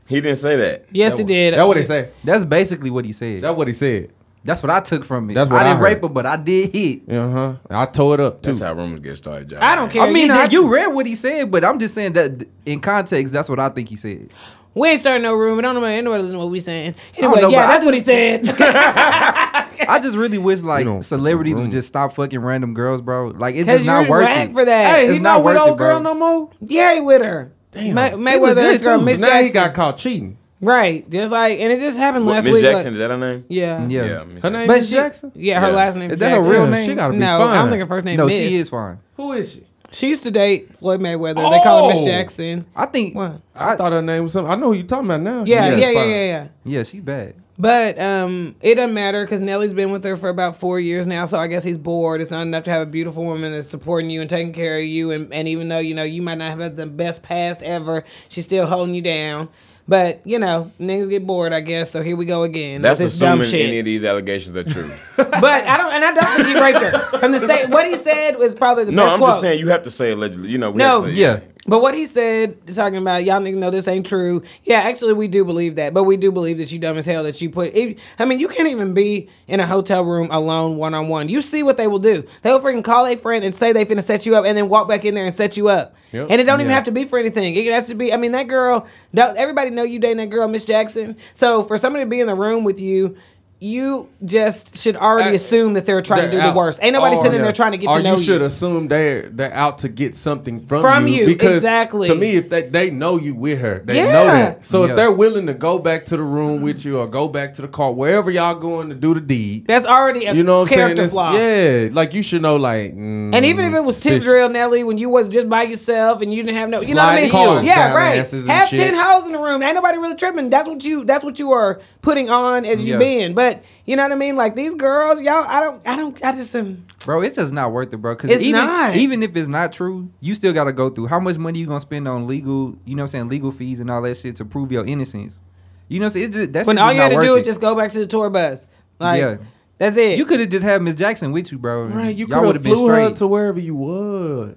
Speaker 1: he didn't say that.
Speaker 2: Yes, he did.
Speaker 5: That's what he said.
Speaker 4: That's basically what he said.
Speaker 5: That's what he said.
Speaker 4: That's what I took from it.
Speaker 5: That's what
Speaker 4: I
Speaker 5: I
Speaker 4: didn't
Speaker 5: heard.
Speaker 4: rape her, but I did hit.
Speaker 5: Uh huh. I tore it up too.
Speaker 1: That's how rumors get started, y'all.
Speaker 2: I don't care.
Speaker 4: I mean,
Speaker 2: you
Speaker 4: you,
Speaker 2: know, I-
Speaker 4: you read what he said, but I'm just saying that th- in context, that's what I think he said.
Speaker 2: We ain't starting no rumor. Don't nobody, nobody listen to what we saying. Anyway,
Speaker 4: know,
Speaker 2: yeah,
Speaker 4: but I
Speaker 2: that's what he said. Okay.
Speaker 4: I just really wish like
Speaker 5: don't-
Speaker 4: celebrities would just stop fucking random girls, bro. Like it's
Speaker 2: Because
Speaker 4: just
Speaker 2: you're
Speaker 4: not worth
Speaker 2: whack
Speaker 4: it.
Speaker 2: for that.
Speaker 5: hey,
Speaker 4: it's
Speaker 5: he
Speaker 4: not
Speaker 5: not with
Speaker 4: worth it,
Speaker 5: old girl
Speaker 4: bro.
Speaker 5: no more.
Speaker 2: Yeah, he with her. Damn. Ma-
Speaker 4: was
Speaker 2: Mayweather,
Speaker 4: good,
Speaker 2: his girl,
Speaker 4: too.
Speaker 2: Miss
Speaker 5: now
Speaker 2: Jackson.
Speaker 5: he got caught cheating.
Speaker 2: right. Just like, and it just happened
Speaker 1: What,
Speaker 2: last
Speaker 1: Miss
Speaker 2: week. like-
Speaker 1: Jackson, is that her name?
Speaker 2: yeah.
Speaker 4: Yeah.
Speaker 1: Miss
Speaker 5: Her
Speaker 1: Jackson.
Speaker 5: name
Speaker 2: But
Speaker 5: is
Speaker 2: she,
Speaker 5: Jackson.
Speaker 2: Yeah, her
Speaker 1: Yeah.
Speaker 2: last name
Speaker 4: Is that her
Speaker 2: Jackson.
Speaker 4: real
Speaker 5: Yeah,
Speaker 4: name?
Speaker 5: She gotta be
Speaker 2: No,
Speaker 5: fine.
Speaker 2: I'm thinking first name.
Speaker 4: No,
Speaker 2: Miss.
Speaker 4: she is fine.
Speaker 5: Who is she?
Speaker 2: She used to date Floyd Mayweather. They call her
Speaker 5: Oh!
Speaker 2: Miss Jackson.
Speaker 4: I think.
Speaker 2: What?
Speaker 5: I, thought her name was something. I know who you talking about now.
Speaker 2: Yeah,
Speaker 5: She
Speaker 2: yeah,
Speaker 5: is
Speaker 2: yeah,
Speaker 5: fine.
Speaker 2: yeah, yeah.
Speaker 4: Yeah, she bad.
Speaker 2: But um, it doesn't matter because Nelly's been with her for about four years now, so I guess he's bored. It's not enough to have a beautiful woman that's supporting you and taking care of you, and, and even though you know you might not have had the best past ever, she's still holding you down. But you know, niggas get bored, I guess. So here we go again.
Speaker 1: That's
Speaker 2: with this dumb
Speaker 1: assuming
Speaker 2: shit.
Speaker 1: any of these allegations are true.
Speaker 2: but I don't, and I don't think he raped her. From the say, what he said was probably the
Speaker 1: no,
Speaker 2: best
Speaker 1: I'm
Speaker 2: quote.
Speaker 1: just saying you have to say allegedly. You know, we
Speaker 2: No,
Speaker 1: have to say,
Speaker 4: Yeah.
Speaker 2: But what he said, talking about y'all niggas know this ain't true. Yeah, actually, we do believe that, but we do believe that you dumb as hell that you put. It, I mean, you can't even be in a hotel room alone, one on one. You see what they will do? They'll freaking call a friend and say they finna set you up, and then walk back in there and set you up.
Speaker 5: Yep.
Speaker 2: And it don't even
Speaker 5: Yeah.
Speaker 2: have to be for anything. It has to be. I mean, that girl. Don't, everybody know you dating that girl, Miss Jackson. So for somebody to be in the room with you. You just should already
Speaker 5: Uh,
Speaker 2: assume that they're trying to do
Speaker 5: They're
Speaker 2: the
Speaker 5: out-
Speaker 2: worst. Ain't nobody
Speaker 5: or-
Speaker 2: sitting
Speaker 5: yeah.
Speaker 2: there trying to get
Speaker 5: or
Speaker 2: to know
Speaker 5: you.
Speaker 2: you.
Speaker 5: should assume they're they're out to get something from,
Speaker 2: From you,
Speaker 5: because
Speaker 2: exactly.
Speaker 5: To me, if they, they know you with her, they
Speaker 2: Yeah.
Speaker 5: know that. So
Speaker 4: Yeah.
Speaker 5: if they're willing to go back to the room with you or go back to the car, wherever y'all going to do the deed,
Speaker 2: That's already a
Speaker 5: you know what I'm saying?
Speaker 2: character
Speaker 5: It's-
Speaker 2: flaw.
Speaker 5: Yeah, like you should know, like mm,
Speaker 2: And even if it was tip
Speaker 5: suspicious.
Speaker 2: drill, Nelly, when you was just by yourself and you didn't have no, you know
Speaker 5: Sliding
Speaker 2: what I mean?
Speaker 5: cars
Speaker 2: Yeah,
Speaker 5: down
Speaker 2: right.
Speaker 5: asses and
Speaker 2: Have
Speaker 5: shit.
Speaker 2: ten hoes in the room. Ain't nobody really tripping. That's what you. That's what you are putting on as you
Speaker 4: Yeah.
Speaker 2: being. But you know what I mean? Like these girls, y'all. I don't. I don't. I just am.
Speaker 4: Bro, it's just not worth it, bro. Because
Speaker 2: It's
Speaker 4: even,
Speaker 2: not.
Speaker 4: even if it's not true, you still got to go through how much money you gonna spend on legal, you know what I'm saying, legal fees and all that shit to prove your innocence. You know what I'm saying? It's just, that's
Speaker 2: When all you had
Speaker 4: not
Speaker 2: to do
Speaker 4: worth
Speaker 2: is
Speaker 4: it.
Speaker 2: just go back to the tour bus. Like
Speaker 4: Yeah.
Speaker 2: that's it.
Speaker 4: You could have just had Miss Jackson with you, bro. and
Speaker 5: Right, you
Speaker 4: y'all
Speaker 5: could
Speaker 4: would've
Speaker 5: have flew her to wherever you was.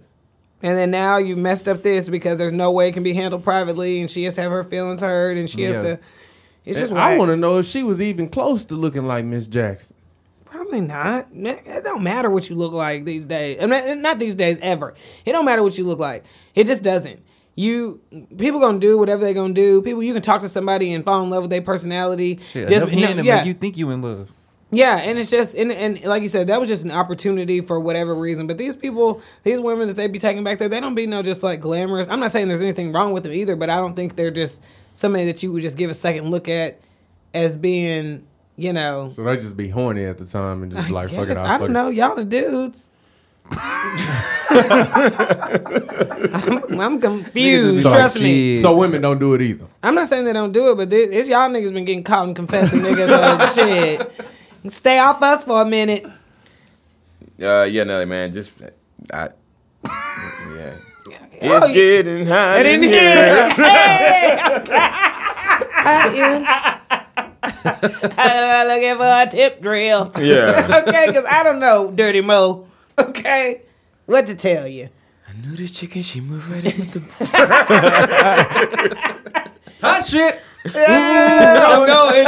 Speaker 2: And then now you messed up this because there's no way it can be handled privately, and she has to have her feelings heard, and she has
Speaker 4: Yeah.
Speaker 2: to. It's just.
Speaker 5: And I
Speaker 2: whack.
Speaker 5: want to know if she was even close to looking like Miss Jackson.
Speaker 2: Probably not. Ma- It don't matter what you look like these days. I mean, not these days ever. It don't matter what you look like. It just doesn't. You people gonna do whatever they gonna do. People you can talk to somebody and fall in love with their personality.
Speaker 4: Shit,
Speaker 2: Just-
Speaker 4: enough hand
Speaker 2: no,
Speaker 4: to
Speaker 2: yeah,
Speaker 4: make you think you in love.
Speaker 2: yeah, and it's just and, and like you said, that was just an opportunity for whatever reason. But these people, these women that they be taking back there, they don't be no just like glamorous. I'm not saying there's anything wrong with them either, but I don't think they're just somebody that you would just give a second look at as being, you know,
Speaker 5: So they just be horny at the time and just be like,
Speaker 2: Yes,
Speaker 5: "Fuck it, I'll
Speaker 2: I
Speaker 5: fuck
Speaker 2: don't
Speaker 5: it."
Speaker 2: know. Y'all the dudes. I'm, I'm confused.
Speaker 5: Niggas
Speaker 2: Trust
Speaker 4: talking
Speaker 2: me.
Speaker 4: shit. Yeah.
Speaker 5: So women don't do it either.
Speaker 2: I'm not saying they don't do it, but this, it's y'all niggas been getting caught and confessing niggas old shit. Stay off us for a minute. Oh,
Speaker 1: Uh, yeah, Nelly, man, just I, yeah. It's
Speaker 2: you-
Speaker 1: getting hot
Speaker 2: And in
Speaker 1: in
Speaker 2: here,
Speaker 1: here.
Speaker 2: hey, I'm looking for a tip drill.
Speaker 1: Yeah.
Speaker 2: Okay, because I don't know, Dirty Mo. Okay, what to tell you?
Speaker 1: Knew this chicken, she moved right in with the.
Speaker 5: Hot shit.
Speaker 2: Uh, I'm going.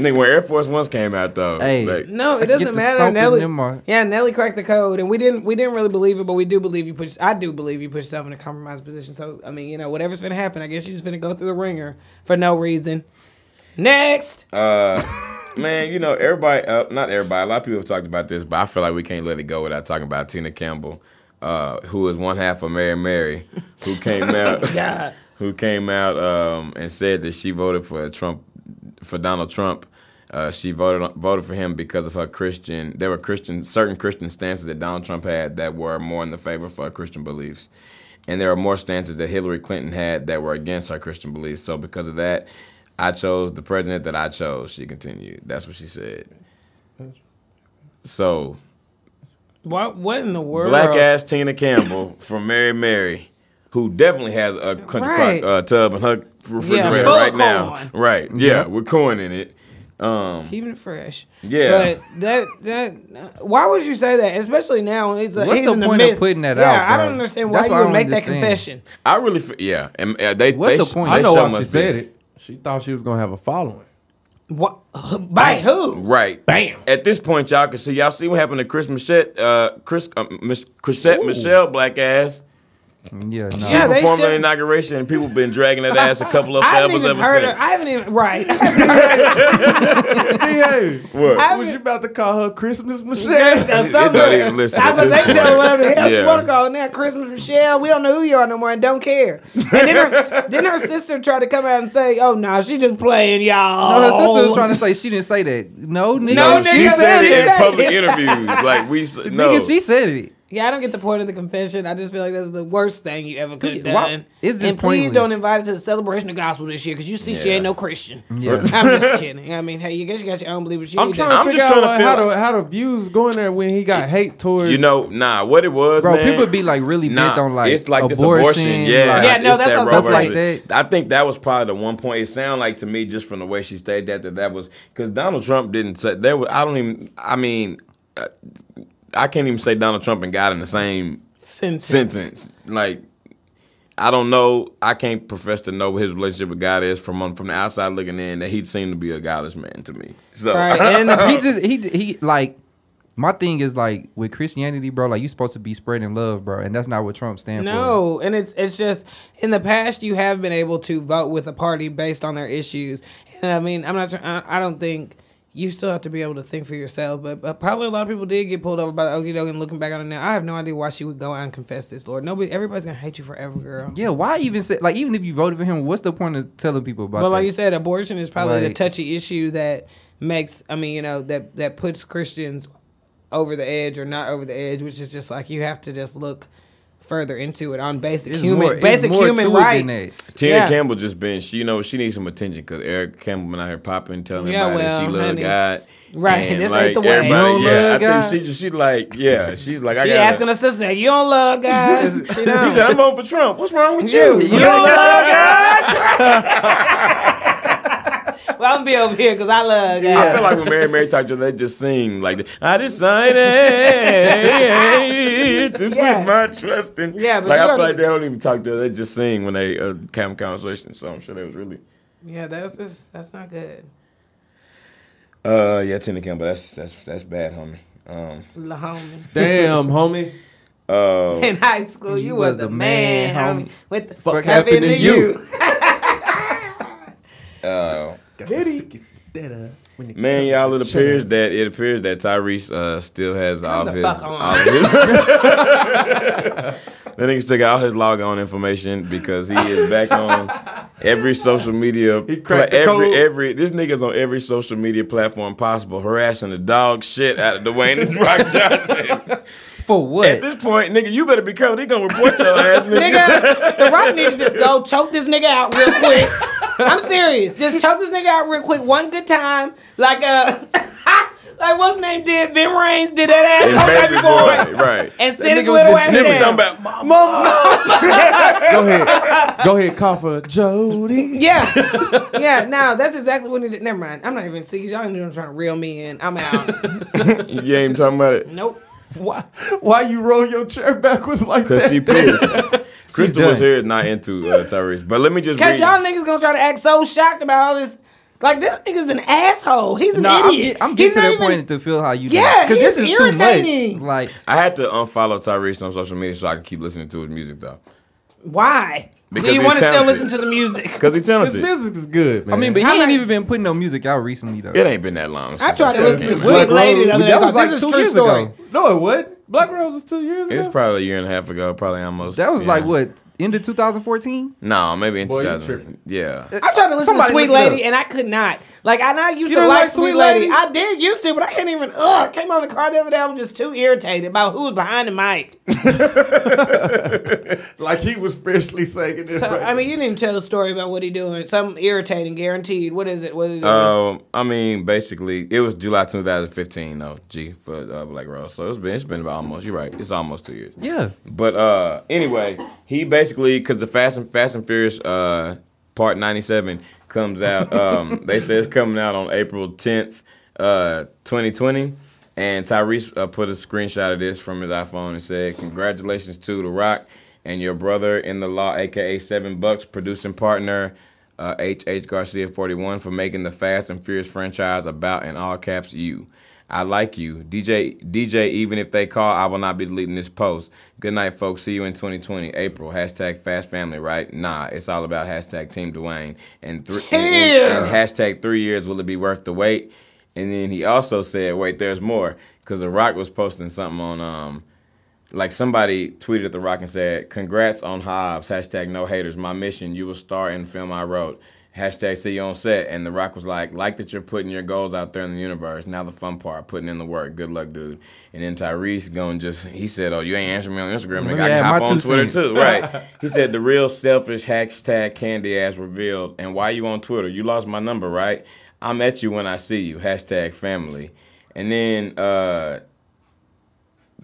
Speaker 1: Nigga, when Air Force Ones came out though,
Speaker 4: Hey.
Speaker 1: like,
Speaker 2: No, it
Speaker 4: Get the
Speaker 2: doesn't matter.
Speaker 4: stomping
Speaker 2: Nelly,
Speaker 4: them uh, are-
Speaker 2: yeah, Nelly cracked the code, and we didn't. We didn't really believe it, but we do believe you put. I do believe you put yourself in a compromised position. So I mean, you know, whatever's gonna happen, I guess you're just gonna go through the ringer for no reason. Next,
Speaker 1: uh, man, you know, everybody, uh, not everybody, a lot of people have talked about this, but I feel like we can't let it go without talking about Tina Campbell, uh, who is one half of Mary Mary, who came out.
Speaker 2: God.
Speaker 1: who came out um, and said that she voted for Trump, for Donald Trump. Uh, she voted on- voted for him because of her Christian. There were Christian certain Christian stances that Donald Trump had that were more in the favor for her Christian beliefs, and there are more stances that Hillary Clinton had that were against her Christian beliefs. So because of that, I chose the president that I chose. She continued. That's what she said. So
Speaker 2: what? What in the world?
Speaker 1: black ass Tina Campbell from Mary Mary, who definitely has a country
Speaker 2: Right.
Speaker 1: crock, uh, tub in her refrigerator
Speaker 2: full
Speaker 1: right now.
Speaker 2: corn.
Speaker 1: Right?
Speaker 5: Mm-hmm.
Speaker 1: Yeah, with corn in it. Um,
Speaker 2: keeping it fresh.
Speaker 1: Yeah.
Speaker 2: But that that why would you say that? Especially now, it's like
Speaker 4: What's
Speaker 2: he's
Speaker 4: the
Speaker 2: in
Speaker 4: point
Speaker 2: the
Speaker 4: of
Speaker 2: midst.
Speaker 4: putting that
Speaker 2: yeah,
Speaker 4: out,
Speaker 2: I
Speaker 4: bro?
Speaker 2: don't understand why
Speaker 4: That's
Speaker 2: you
Speaker 4: why I
Speaker 2: would
Speaker 4: don't
Speaker 2: make that
Speaker 4: understand.
Speaker 2: confession.
Speaker 1: I really, f- yeah, and uh, they.
Speaker 4: What's
Speaker 1: they
Speaker 4: the
Speaker 1: sh-
Speaker 4: point?
Speaker 1: they
Speaker 5: I know
Speaker 1: sure
Speaker 5: why she
Speaker 1: must
Speaker 5: said
Speaker 1: be-
Speaker 5: it. She thought she was gonna have a following.
Speaker 2: What by who?
Speaker 1: Right.
Speaker 5: Bam.
Speaker 1: At this point, y'all can see y'all see what happened to Chris Michette, uh, Chris uh, Miss Chrisette Michelle, black ass.
Speaker 4: Yeah, no.
Speaker 1: She
Speaker 2: Yeah, they
Speaker 1: performed at
Speaker 2: should-
Speaker 1: the inauguration, and people been dragging that ass a couple of
Speaker 2: I haven't
Speaker 1: forever's
Speaker 2: even
Speaker 1: ever
Speaker 2: heard
Speaker 1: since.
Speaker 2: her. I haven't even right.
Speaker 5: hey,
Speaker 1: What?
Speaker 2: I
Speaker 5: was
Speaker 2: mean-
Speaker 5: you about to call her Christmas Michelle?
Speaker 1: it don't even listen
Speaker 2: I
Speaker 1: at
Speaker 2: was
Speaker 1: this
Speaker 2: they tell her
Speaker 1: point.
Speaker 2: whatever the hell she
Speaker 1: Yeah.
Speaker 2: want to call it now. Christmas Michelle, we don't know who you are no more and don't care. And then her, then her sister tried to come out and say, "Oh no, she just playing y'all."
Speaker 4: No, her sister was trying to say she didn't say that. No, nigga.
Speaker 2: No,
Speaker 1: Oh. she
Speaker 2: nigga,
Speaker 1: said
Speaker 2: she
Speaker 1: it
Speaker 2: said
Speaker 1: in public
Speaker 2: it.
Speaker 1: interviews. Like we, s- no,
Speaker 4: Nigga, she said it.
Speaker 2: Yeah, I don't get the point of the confession. I just feel like that's the worst thing you ever could have
Speaker 4: Why-
Speaker 2: done.
Speaker 4: it's just
Speaker 2: and please
Speaker 4: pointless.
Speaker 2: don't invite her to the celebration of gospel this year because you see she
Speaker 1: Yeah.
Speaker 2: ain't no Christian.
Speaker 4: Yeah.
Speaker 2: I'm just kidding. I mean, hey, you guess you got your own believers.
Speaker 5: I'm trying to
Speaker 1: I'm
Speaker 5: figure
Speaker 1: just
Speaker 5: out
Speaker 1: trying to
Speaker 5: how
Speaker 1: feel-
Speaker 5: the how the views going there when he got hate towards.
Speaker 1: You know, nah, what it was,
Speaker 4: Bro,
Speaker 1: man,
Speaker 4: people be like really
Speaker 1: nah,
Speaker 4: bent on like,
Speaker 1: it's like this
Speaker 4: abortion.
Speaker 1: abortion, yeah,
Speaker 4: like-
Speaker 2: Yeah, no,
Speaker 1: it's
Speaker 2: that's
Speaker 1: that
Speaker 2: what I'm
Speaker 1: Roe
Speaker 4: saying.
Speaker 1: versus-
Speaker 4: Stuff like
Speaker 1: I think that was probably the one point. It sounded like to me, just from the way she stated that, that that was because Donald Trump didn't say there was. I don't even. I mean, uh, I can't even say Donald Trump and God in the same
Speaker 2: sentence.
Speaker 1: sentence. Like, I don't know. I can't profess to know what his relationship with God is from from the outside looking in. That he seemed to be a godless man to me. So
Speaker 2: Right, and
Speaker 4: he just he he like my thing is like with Christianity, bro. Like you supposed to be spreading love, bro, and that's not what Trump stands for.
Speaker 2: No, and it's it's just in the past you have been able to vote with a party based on their issues, and I mean I'm not tr- I I don't think you still have to be able to think for yourself, but, but probably a lot of people did get pulled over by the okie doke and looking back on it now. I have no idea why she would go out and confess this, Lord. Nobody, everybody's gonna hate you forever, girl.
Speaker 4: Yeah, why even say like even if you voted for him, what's the point of telling people about?
Speaker 2: But like
Speaker 4: that?
Speaker 2: you said, abortion is probably the
Speaker 4: Like-
Speaker 2: touchy issue that makes I mean, you know, that that puts Christians over the edge or not over the edge, which is just like you have to just look further into it on basic
Speaker 4: It's
Speaker 2: human
Speaker 4: more- it's
Speaker 2: basic
Speaker 4: more
Speaker 2: human
Speaker 4: to it than
Speaker 2: rights.
Speaker 4: that.
Speaker 1: Tina
Speaker 2: Yeah.
Speaker 1: Campbell just been she you know she needs some attention because Eric Campbell been out here popping telling
Speaker 2: Yeah,
Speaker 1: everybody that
Speaker 2: well,
Speaker 1: she love
Speaker 2: honey.
Speaker 1: God.
Speaker 2: Right,
Speaker 1: and,
Speaker 2: this
Speaker 1: like,
Speaker 2: ain't the way.
Speaker 1: everybody-
Speaker 4: You don't
Speaker 1: yeah,
Speaker 4: love
Speaker 1: I
Speaker 4: God?
Speaker 1: think she just she like yeah she's like I
Speaker 2: She
Speaker 1: got
Speaker 2: asking her sister, "You don't love God." she, don't.
Speaker 1: she said I'm voting for Trump. What's wrong with
Speaker 2: you,
Speaker 1: you?
Speaker 2: you don't love God. well, I'm gonna be over here because I love God.
Speaker 1: I feel like when Mary Mary talked to her, they just sing like I decided to
Speaker 2: Yeah.
Speaker 1: put my trust in.
Speaker 2: Yeah, but
Speaker 1: like
Speaker 2: you
Speaker 1: I feel
Speaker 2: gotta-
Speaker 1: like they don't even talk to her. They just sing when they uh, have conversations. So I'm sure they was really.
Speaker 2: yeah, that's just, that's not good.
Speaker 1: Uh yeah, Tina Campbell. That's that's that's bad, homie. Um,
Speaker 2: La homie.
Speaker 5: Damn, homie.
Speaker 1: uh,
Speaker 2: In high school, Oh. you, was, the man, homie. What the fuck, happened, to you?
Speaker 1: uh,
Speaker 5: Man,
Speaker 1: Man, y'all, it appears that it appears that Tyrese uh, still has all
Speaker 2: the
Speaker 1: of his.
Speaker 2: fuck
Speaker 1: All
Speaker 2: on.
Speaker 1: of his that nigga still got all his log on information because he is back on every social media.
Speaker 5: He cracked the
Speaker 1: every
Speaker 5: code.
Speaker 1: every this nigga's on every social media platform possible, harassing the dog shit out of Dwayne and Rock Johnson.
Speaker 4: for
Speaker 1: At
Speaker 4: what?
Speaker 1: this point, nigga, you better be careful. They gonna report your ass, nigga.
Speaker 2: Nigga, The Rock need to just go choke this nigga out real quick. I'm serious. Just choke this nigga out real quick, one good time, like uh, Like what's his name did? Ben Reigns did that
Speaker 1: His
Speaker 2: ass
Speaker 1: baby
Speaker 2: baby boy.
Speaker 1: boy, right?
Speaker 2: And sent his
Speaker 4: nigga was
Speaker 2: little
Speaker 4: just
Speaker 2: ass
Speaker 1: Then we talking
Speaker 2: down.
Speaker 1: about mama.
Speaker 5: Go ahead. Go ahead, call for Jody.
Speaker 2: Yeah, yeah. Now that's exactly what he did. Never mind. I'm not even see. 'cause Y'all ain't even trying to reel me in. I'm out.
Speaker 1: You ain't talking about it
Speaker 2: nope.
Speaker 5: Why why you roll your chair backwards like
Speaker 1: because
Speaker 5: that?
Speaker 1: she pissed. Crystal was
Speaker 5: done.
Speaker 1: here is not into uh, Tyrese, but let me just read.
Speaker 2: Cause y'all niggas gonna try to act so shocked about all this. Like this nigga's an asshole. He's an
Speaker 4: No, I'm,
Speaker 2: idiot.
Speaker 4: get, I'm
Speaker 2: He's
Speaker 4: getting to
Speaker 2: not
Speaker 4: the
Speaker 2: even-
Speaker 4: point to feel how you. do.
Speaker 2: Yeah, he
Speaker 4: this
Speaker 2: is
Speaker 4: is too
Speaker 2: irritating.
Speaker 4: much. Like
Speaker 1: I had to unfollow Tyrese on social media so I could keep listening to his music though,
Speaker 2: Why?
Speaker 1: Because
Speaker 2: Do you
Speaker 1: he's
Speaker 2: want to still
Speaker 1: talented.
Speaker 2: listen to the music?
Speaker 1: because he's
Speaker 5: His
Speaker 1: talented.
Speaker 5: music is good, man.
Speaker 4: I mean, but he
Speaker 2: How
Speaker 4: ain't
Speaker 2: much-
Speaker 4: even been putting no music out recently though.
Speaker 1: It ain't been that long.
Speaker 2: I
Speaker 1: since
Speaker 2: tried to
Speaker 1: said
Speaker 2: listen
Speaker 1: it.
Speaker 2: to Sweet Lady the other day.
Speaker 4: that was
Speaker 2: This
Speaker 4: like
Speaker 2: is
Speaker 4: two
Speaker 2: true
Speaker 4: years
Speaker 2: story.
Speaker 4: ago.
Speaker 5: no, it what? Black Rose was two years ago.
Speaker 1: It's probably a year and a half ago, probably almost.
Speaker 4: That was
Speaker 1: yeah.
Speaker 4: like what end of 2014.
Speaker 1: No, maybe in
Speaker 5: Boy, you
Speaker 1: 2000.
Speaker 5: tripping.
Speaker 1: Yeah.
Speaker 2: I tried to listen
Speaker 4: Somebody
Speaker 2: to Sweet
Speaker 4: look it
Speaker 2: Lady
Speaker 4: up.
Speaker 2: and I could not. Like I know I used to
Speaker 4: didn't
Speaker 2: like,
Speaker 4: like
Speaker 2: Sweet,
Speaker 4: Sweet
Speaker 2: Lady.
Speaker 4: Lady?
Speaker 2: I did used to, but I can't even. Ugh! Came on the car the other day. I was just too irritated about who was behind the mic.
Speaker 5: like he was freshly singing this.
Speaker 2: So,
Speaker 5: right
Speaker 2: I mean, you didn't even tell the story about what he doing. Some irritating, guaranteed. What is it? What is it?
Speaker 1: Um, I mean, basically, it was July 2015, though. G for uh, Black Rose, so it's been it's been about almost. You're right, it's almost two years.
Speaker 4: Yeah.
Speaker 1: But uh, anyway, he basically because the Fast and Fast and Furious uh, Part 97 comes out. Um, they say it's coming out on April 10th, uh, 2020. And Tyrese uh, put a screenshot of this from his iPhone and said, "Congratulations to The Rock and your brother in the law, aka Seven Bucks, producing partner." uh, H. H. Garcia 41 for making the Fast and Furious franchise about, in all caps, you. I like you. DJ, DJ, even if they call, I will not be deleting this post. Good night, folks. See you in 2020, April. Hashtag Fast Family, right? Nah, it's all about hashtag Team Dwayne. And, three and, and- and hashtag three years, will it be worth the wait? And then he also said, wait, there's more. Because The Rock was posting something on, um, like somebody tweeted at The Rock and said, "Congrats on Hobbs." Hashtag no haters. My mission. You a star in the film I wrote. Hashtag see you on set. And The Rock was like, "Like that you're putting your goals out there in the universe. Now the fun part, putting in the work. Good luck, dude." And then Tyrese going just he said, "Oh, you ain't answering me on Instagram. Nigga. I
Speaker 4: Yeah,
Speaker 1: can hop
Speaker 4: my
Speaker 1: on
Speaker 4: two
Speaker 1: Twitter
Speaker 4: cents.
Speaker 1: too, right?" he said, "The real selfish hashtag candy ass revealed. And why you on Twitter? You lost my number, right? I'm at you when I see you. Hashtag family." And then uh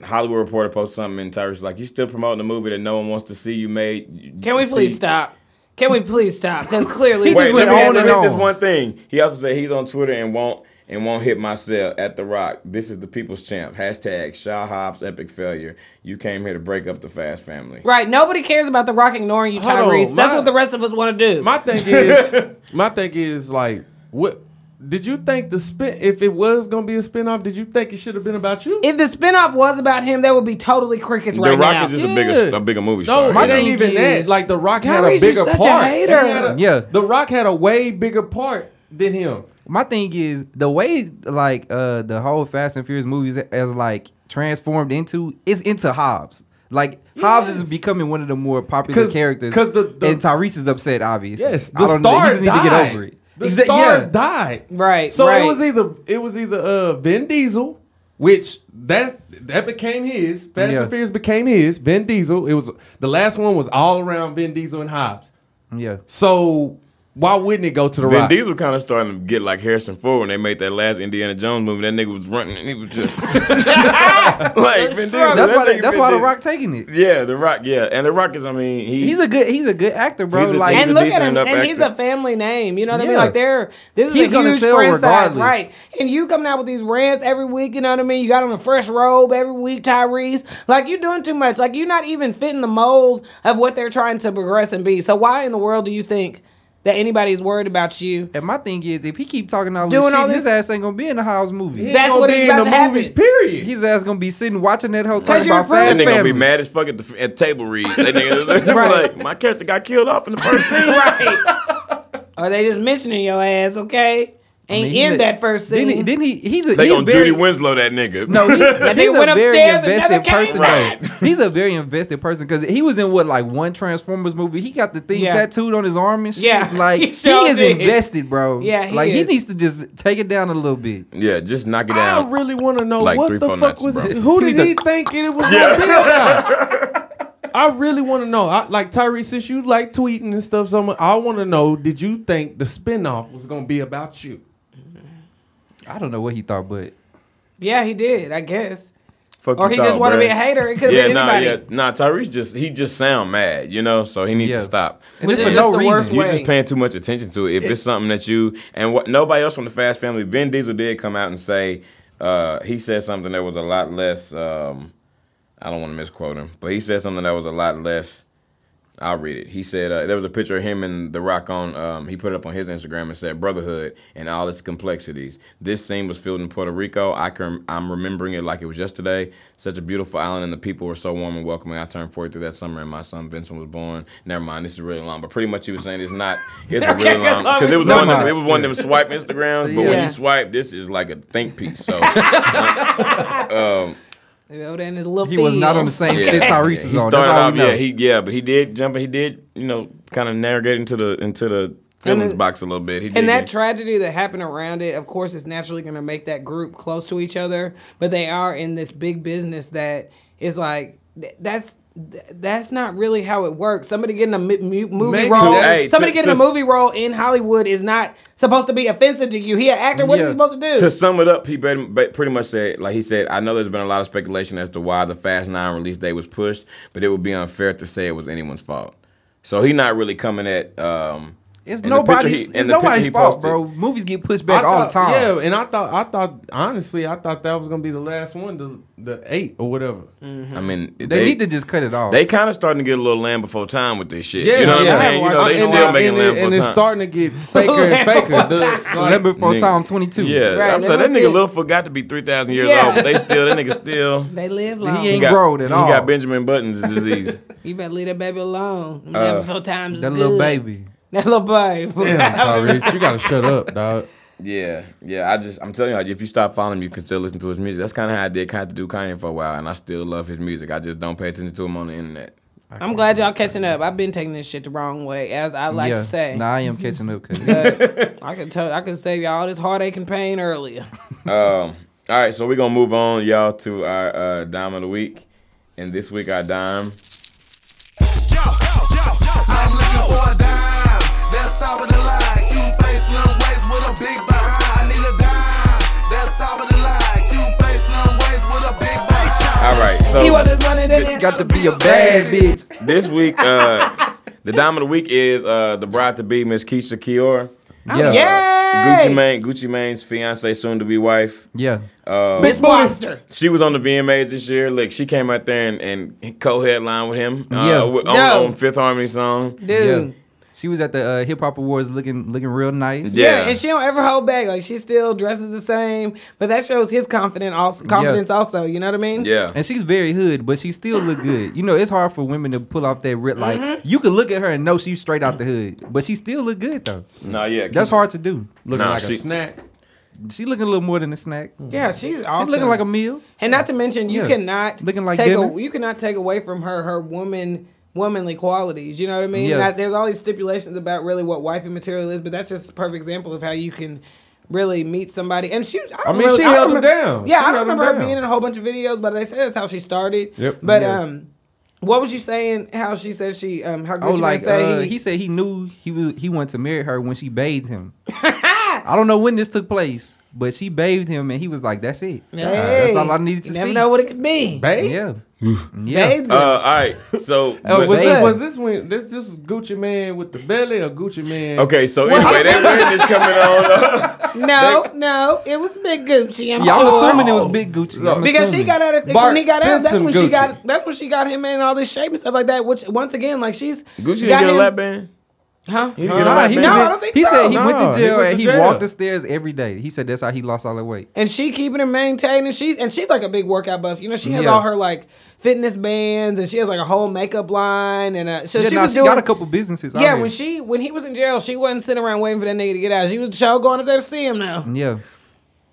Speaker 1: Hollywood Reporter posted something, and Tyrese was like, "You still promoting a movie that no one wants to see you made?
Speaker 2: Can we
Speaker 1: see-
Speaker 2: please stop? Can we please stop? Because clearly,
Speaker 4: He
Speaker 1: Wait,
Speaker 4: just
Speaker 1: let me
Speaker 4: went on
Speaker 1: ask
Speaker 4: and
Speaker 1: let me hit this
Speaker 4: on.
Speaker 1: one thing. He also said he's on Twitter and won't and won't hit my cell at the Rock. This is the people's champ. Hashtag Shaw Hobbs epic failure. You came here to break up the Fast family.
Speaker 2: right? Nobody cares about the Rock ignoring you,
Speaker 5: Hold on,
Speaker 2: Tyrese. That's
Speaker 5: my-
Speaker 2: what the rest of us want to do.
Speaker 5: My thing is, my thing is like, what did you think the spin? If it was gonna be a spinoff, did you think it should have been about you?
Speaker 2: if the spinoff was about him, that would be totally crickets
Speaker 1: the
Speaker 2: right
Speaker 1: Rock
Speaker 2: now.
Speaker 1: is just
Speaker 5: Yeah.
Speaker 1: a bigger a bigger movie star.
Speaker 5: no, it
Speaker 1: you know?
Speaker 5: ain't even that.
Speaker 2: Yankees.
Speaker 5: Like the Rock had
Speaker 2: Tyrese
Speaker 5: a
Speaker 2: is
Speaker 5: bigger
Speaker 2: such a
Speaker 5: part.
Speaker 2: hater.
Speaker 5: He had a-
Speaker 4: Yeah.
Speaker 5: the Rock had a way bigger part than him.
Speaker 4: My thing is the way like uh the whole Fast and Furious movies as like transformed into is into Hobbs. Like Hobbs is becoming one of the more popular
Speaker 5: 'Cause-
Speaker 4: characters.
Speaker 5: 'cause the- the-
Speaker 4: and Tyrese is upset, obviously.
Speaker 5: Yes, the
Speaker 4: I don't know.
Speaker 5: star
Speaker 4: He just need
Speaker 5: died.
Speaker 4: to get over it.
Speaker 5: The
Speaker 4: Exa-
Speaker 5: star
Speaker 4: yeah.
Speaker 5: died.
Speaker 2: Right,
Speaker 5: So
Speaker 2: right.
Speaker 5: it was either it was either uh, Vin Diesel, which that that became his. Fast
Speaker 4: Yeah.
Speaker 5: and Furious became his. Vin Diesel. It was the last one was all around Vin Diesel and Hobbs.
Speaker 4: Yeah.
Speaker 5: So why wouldn't it go to the
Speaker 1: Vin
Speaker 5: Rock?
Speaker 1: Diesel kind of starting to get like Harrison Ford when they made that last Indiana Jones movie. That nigga was running and he was just like Vin Diesel.
Speaker 4: That's
Speaker 1: that
Speaker 4: why they,
Speaker 1: nigga
Speaker 4: that's
Speaker 1: Vin
Speaker 4: why the
Speaker 1: Diesel-
Speaker 4: Rock taking it.
Speaker 1: Yeah, The Rock. Yeah, and The Rock is. I mean, he,
Speaker 4: He's a good he's a good actor, bro.
Speaker 1: He's a-
Speaker 4: like
Speaker 1: he's
Speaker 2: and
Speaker 1: a
Speaker 2: look at
Speaker 1: decent
Speaker 2: him, and
Speaker 1: enough
Speaker 2: he's
Speaker 1: actor.
Speaker 2: a family name. You know what I mean?
Speaker 4: Yeah.
Speaker 2: Like they're this is
Speaker 4: He's
Speaker 2: a
Speaker 4: gonna
Speaker 2: huge
Speaker 4: sell
Speaker 2: franchise,
Speaker 4: regardless.
Speaker 2: right? And you coming out with these rants every week. You know what I mean? You got on a fresh robe every week, Tyrese. Like you're doing too much. Like you're not even fitting the mold of what they're trying to progress and be. So why in the world do you think that anybody's worried about you?
Speaker 4: and my thing is if he keep talking all
Speaker 2: Doing
Speaker 4: this shit,
Speaker 2: all
Speaker 4: his
Speaker 2: this-
Speaker 4: ass ain't gonna be in the Hobbs movie.
Speaker 5: He ain't
Speaker 2: That's
Speaker 5: gonna
Speaker 2: what
Speaker 5: be
Speaker 2: is
Speaker 5: in
Speaker 2: about
Speaker 5: the
Speaker 2: to happen.
Speaker 5: movies. Period.
Speaker 4: His ass gonna be sitting watching that whole
Speaker 2: Cause
Speaker 4: talk
Speaker 2: you're
Speaker 4: about
Speaker 2: approved.
Speaker 4: Fast
Speaker 1: That nigga gonna be
Speaker 4: Family.
Speaker 1: mad as fuck at the at table read. That nigga like my character got killed off in the first scene.
Speaker 2: right? Or they just mentioning your ass? Okay, ain't
Speaker 4: mean, he
Speaker 2: in
Speaker 4: ma-
Speaker 2: that first scene.
Speaker 4: Then he, then he he's a
Speaker 1: They
Speaker 4: he's
Speaker 1: gonna
Speaker 4: very,
Speaker 1: Judy Winslow that nigga.
Speaker 4: No, he, he's
Speaker 2: nigga went
Speaker 4: a very
Speaker 2: upstairs and never
Speaker 4: invested
Speaker 2: came
Speaker 4: person.
Speaker 2: back.
Speaker 4: though. He's a very invested person because he was in what like one Transformers movie. He got the thing
Speaker 2: Yeah.
Speaker 4: tattooed on his arm and shit.
Speaker 2: Yeah,
Speaker 4: like
Speaker 2: he
Speaker 4: he,
Speaker 2: sure
Speaker 4: is
Speaker 2: did.
Speaker 4: invested, bro.
Speaker 2: Yeah, he
Speaker 4: like
Speaker 2: is.
Speaker 4: he needs to just take it down a little bit.
Speaker 1: Yeah, just knock it
Speaker 5: I
Speaker 1: down.
Speaker 5: really want to know
Speaker 1: Like
Speaker 5: what
Speaker 1: three,
Speaker 5: the
Speaker 1: four
Speaker 5: fuck
Speaker 1: nuts,
Speaker 5: was
Speaker 1: bro.
Speaker 5: it? Who
Speaker 4: He
Speaker 5: did
Speaker 4: was
Speaker 5: he
Speaker 4: a-
Speaker 5: think it was gonna be about? I really want to know. I, like Tyrese, since you like tweeting and stuff, so much, I want to know: Did you think the spinoff was gonna be about you?
Speaker 4: I don't know what he thought, but
Speaker 2: Yeah, he did. I guess.
Speaker 6: Fuck
Speaker 2: Or he
Speaker 6: you
Speaker 2: just
Speaker 6: thought,
Speaker 2: want to be a
Speaker 6: bruh.
Speaker 2: hater. It could have
Speaker 1: yeah,
Speaker 2: been
Speaker 1: nah,
Speaker 2: anybody.
Speaker 1: yeah, nah. Tyrese just he just sound mad, you know, so he needs
Speaker 4: Yeah.
Speaker 1: to stop.
Speaker 4: And
Speaker 2: Which
Speaker 4: it's
Speaker 2: is
Speaker 4: for
Speaker 2: just
Speaker 4: no
Speaker 2: the
Speaker 4: reason.
Speaker 2: worst
Speaker 1: You're
Speaker 2: way.
Speaker 1: just paying too much attention to it. If it's something that you and what nobody else from the Fast Family, Vin Diesel did come out and say uh, he said something that was a lot less. Um, I don't want to misquote him, but he said something that was a lot less. I'll read it. He said uh, there was a picture of him and The Rock on. Um, he put it up on his Instagram and said "Brotherhood and all its complexities." This scene was filmed in Puerto Rico. I can I'm remembering it like it was yesterday. Such a beautiful island, and the people were so warm and welcoming. I turned 43 that summer, and my son Vincent was born. Never mind, this is really long, but pretty much he was saying it's not. It's a
Speaker 2: Okay,
Speaker 1: really long
Speaker 2: I love
Speaker 1: because it was
Speaker 4: it.
Speaker 1: one. of
Speaker 4: Never
Speaker 1: Them, it was one of them swipe Instagrams, but when
Speaker 2: Yeah.
Speaker 1: you swipe, this is like a think piece. So
Speaker 2: Well, then his little
Speaker 4: He was not on the
Speaker 2: feels.
Speaker 4: same shit Tyrese is
Speaker 1: he
Speaker 4: on.
Speaker 1: started
Speaker 4: That's all
Speaker 1: off,
Speaker 4: we know.
Speaker 1: yeah, he yeah, but he did jump. He did, you know, kind of navigate into the into the feelings
Speaker 2: it-
Speaker 1: box a little bit. He did
Speaker 2: And that
Speaker 1: get-
Speaker 2: tragedy that happened around it, of course, is naturally going to make that group close to each other. But they are in this big business that is like th- that's th- that's not really how it works. Somebody getting a mi- mu- movie
Speaker 5: Make
Speaker 2: role,
Speaker 5: to- hey,
Speaker 2: somebody
Speaker 1: to-
Speaker 2: getting
Speaker 1: to-
Speaker 2: a movie role in Hollywood is not supposed to be offensive to you. He an actor. What is
Speaker 4: Yeah.
Speaker 2: he supposed to do?
Speaker 1: to sum it up, he bet- bet- pretty much said, like he said, I know there's been a lot of speculation as to why the Fast Nine release date was pushed, but it would be unfair to say it was anyone's fault. So he's not really coming at. Um,
Speaker 4: It's
Speaker 1: and the picture
Speaker 4: nobody's,
Speaker 1: he- and
Speaker 4: it's
Speaker 1: the picture
Speaker 4: nobody's
Speaker 1: he
Speaker 4: fault,
Speaker 1: posted-
Speaker 4: bro. Movies get pushed back
Speaker 5: I
Speaker 4: all the
Speaker 5: thought-
Speaker 4: time.
Speaker 5: Yeah, and I thought I thought honestly, I thought that was gonna be the last one, the the eight or whatever.
Speaker 4: Mm.
Speaker 1: I mean, they,
Speaker 4: They, need to just cut it off.
Speaker 1: They kind of starting to get a little land before time with this shit.
Speaker 5: Yeah,
Speaker 1: you know
Speaker 5: yeah.
Speaker 1: what I'm saying? You know, they
Speaker 2: And-
Speaker 1: still making
Speaker 5: and,
Speaker 1: land
Speaker 5: it,
Speaker 1: before
Speaker 5: and it's
Speaker 1: time.
Speaker 5: starting to get faker and
Speaker 2: Land
Speaker 5: faker.
Speaker 2: before
Speaker 5: The- like,
Speaker 4: Remember before
Speaker 1: Nigga.
Speaker 4: time 22.
Speaker 1: yeah,
Speaker 2: Right,
Speaker 1: I'm
Speaker 2: they
Speaker 1: saying that
Speaker 2: must
Speaker 1: nigga
Speaker 2: get-
Speaker 1: little forgot to be three thousand years
Speaker 2: Yeah.
Speaker 1: old, but they still that nigga still.
Speaker 2: they live long.
Speaker 4: He ain't grown at
Speaker 1: he
Speaker 4: all.
Speaker 1: got Benjamin Button's disease.
Speaker 2: You better leave that baby alone. Never feel times
Speaker 4: Uh, that
Speaker 2: is
Speaker 4: little
Speaker 2: good.
Speaker 4: baby.
Speaker 2: That little baby.
Speaker 5: Damn, Tyrese, you gotta shut up, dog.
Speaker 1: yeah, yeah. I just I'm telling you, like, if you stop following him, you can still listen to his music. That's kind of how I did kind of do Kanye for a while, and I still love his music. I just don't pay attention to him on the internet.
Speaker 2: I'm glad y'all catching up. I've been taking this shit the wrong way, as I like
Speaker 4: yeah.
Speaker 2: to say.
Speaker 4: Nah, I am catching up. 'cause-
Speaker 2: I could tell. I could save y'all all this heartache and pain earlier.
Speaker 1: Um, all right, so we're gonna move on, y'all, to our uh, dime of the week, and this week our dime.
Speaker 7: Yo, yo, yo, yo. I'm looking for a dime. That's top of the line. Cute face, slim waist with a big behind. I need a dime. That's top of the line. Cute face, slim waist with a big behind.
Speaker 1: All right, so
Speaker 2: He want his money, then he-
Speaker 4: got to be a bad bitch.
Speaker 1: this week, uh, the dime of the week is uh, the bride to be Miss Keisha Kior,
Speaker 2: Oh,
Speaker 4: Yeah.
Speaker 2: Yay!
Speaker 1: Gucci Mane, Gucci Mane's fiance, soon to be wife. Uh,
Speaker 4: Yeah.
Speaker 2: Miss Lobster.
Speaker 1: She was on the VMAs this year. Look, she came out there and, and co-headline with him. Uh,
Speaker 4: Yeah.
Speaker 1: with- on,
Speaker 2: No.
Speaker 1: on Fifth Harmony song.
Speaker 2: Dude.
Speaker 4: Yeah. She was at the uh, hip hop awards looking looking real nice.
Speaker 1: Yeah.
Speaker 2: Yeah. and she don't ever hold back. Like she still dresses the same, but that shows his confidence also. Confidence also, you know what I mean?
Speaker 1: Yeah.
Speaker 4: And she's very hood, but she still look good. You know, it's hard for women to pull off that rip. Like
Speaker 2: Mm-hmm.
Speaker 4: you can look at her and know she's straight out the hood, but she still look good though.
Speaker 1: No, yeah.
Speaker 4: That's hard to do.
Speaker 5: Looking
Speaker 1: Nah,
Speaker 5: like
Speaker 1: she-
Speaker 5: a snack.
Speaker 4: She looking a little more than a snack.
Speaker 2: Yeah, she's awesome.
Speaker 4: She's looking like a meal.
Speaker 2: and not to mention, you
Speaker 4: Yeah.
Speaker 2: cannot
Speaker 4: Looking like
Speaker 2: take
Speaker 4: dinner.
Speaker 2: a, you cannot take away from her her woman womanly qualities. You know what I mean?
Speaker 4: Yeah.
Speaker 2: Now, there's all these stipulations about really what wifey material is, but that's just a perfect example of how you can really meet somebody. And she, was- I, don't
Speaker 5: mean,
Speaker 2: really-
Speaker 5: she
Speaker 2: I don't
Speaker 5: held him
Speaker 2: remember-
Speaker 5: down.
Speaker 2: Yeah,
Speaker 5: She
Speaker 2: I don't
Speaker 5: held him
Speaker 2: remember her
Speaker 5: down.
Speaker 2: being in a whole bunch of videos, but they say that's how she started.
Speaker 5: Yep.
Speaker 2: But
Speaker 5: Yeah.
Speaker 2: um, what was you saying? How she said she um, how
Speaker 4: Oh,
Speaker 2: Gucci like,
Speaker 4: like
Speaker 2: say
Speaker 4: uh,
Speaker 2: he,
Speaker 4: he said he knew he was he wanted to marry her when she bathed him. I don't know when this took place, but she bathed him and he was like, "That's it. Uh, That's all I needed to
Speaker 2: you never
Speaker 4: see."
Speaker 2: know what it could be.
Speaker 5: Babe?
Speaker 4: yeah,
Speaker 2: Babe,
Speaker 4: yeah.
Speaker 1: uh, all right. So,
Speaker 5: Uh, was,
Speaker 4: Babe.
Speaker 5: this, was this when this this was Gucci Man with the belly or Gucci Man?
Speaker 1: okay. So anyway, that wedding is coming on. up.
Speaker 2: no, no, it was Big Gucci. I'm
Speaker 4: Y'all
Speaker 2: sure.
Speaker 4: assuming it was Big Gucci I'm
Speaker 2: Oh. Because she
Speaker 4: assuming.
Speaker 2: got out of
Speaker 5: Bart
Speaker 2: when he got out, that's
Speaker 5: Simpson
Speaker 2: when she
Speaker 5: Gucci.
Speaker 2: got that's when she got him in all this shape and stuff like that. Which once again, like she's
Speaker 1: Gucci didn't
Speaker 2: got
Speaker 1: get a
Speaker 2: him-
Speaker 1: lap band.
Speaker 2: huh?
Speaker 1: He didn't get a
Speaker 4: Nah,
Speaker 1: lap
Speaker 4: he,
Speaker 1: band.
Speaker 2: No,
Speaker 4: was
Speaker 2: I
Speaker 4: in-
Speaker 2: don't think
Speaker 4: he
Speaker 2: so.
Speaker 4: said he
Speaker 5: No,
Speaker 4: went to
Speaker 5: he
Speaker 4: jail
Speaker 5: went
Speaker 4: and
Speaker 5: to
Speaker 4: he
Speaker 5: jail.
Speaker 4: walked the stairs every day. He said that's how he lost all that weight.
Speaker 2: and she keeping it maintained and she and she's like a big workout buff you know she has
Speaker 4: Yeah.
Speaker 2: all her like fitness bands and she has like a whole makeup line and uh, so
Speaker 4: yeah,
Speaker 2: she
Speaker 4: nah,
Speaker 2: was
Speaker 4: she
Speaker 2: doing
Speaker 4: got a couple businesses. out
Speaker 2: yeah
Speaker 4: here.
Speaker 2: when she when he was in jail she wasn't sitting around waiting for that nigga to get out she was show going up there to see him now
Speaker 4: yeah,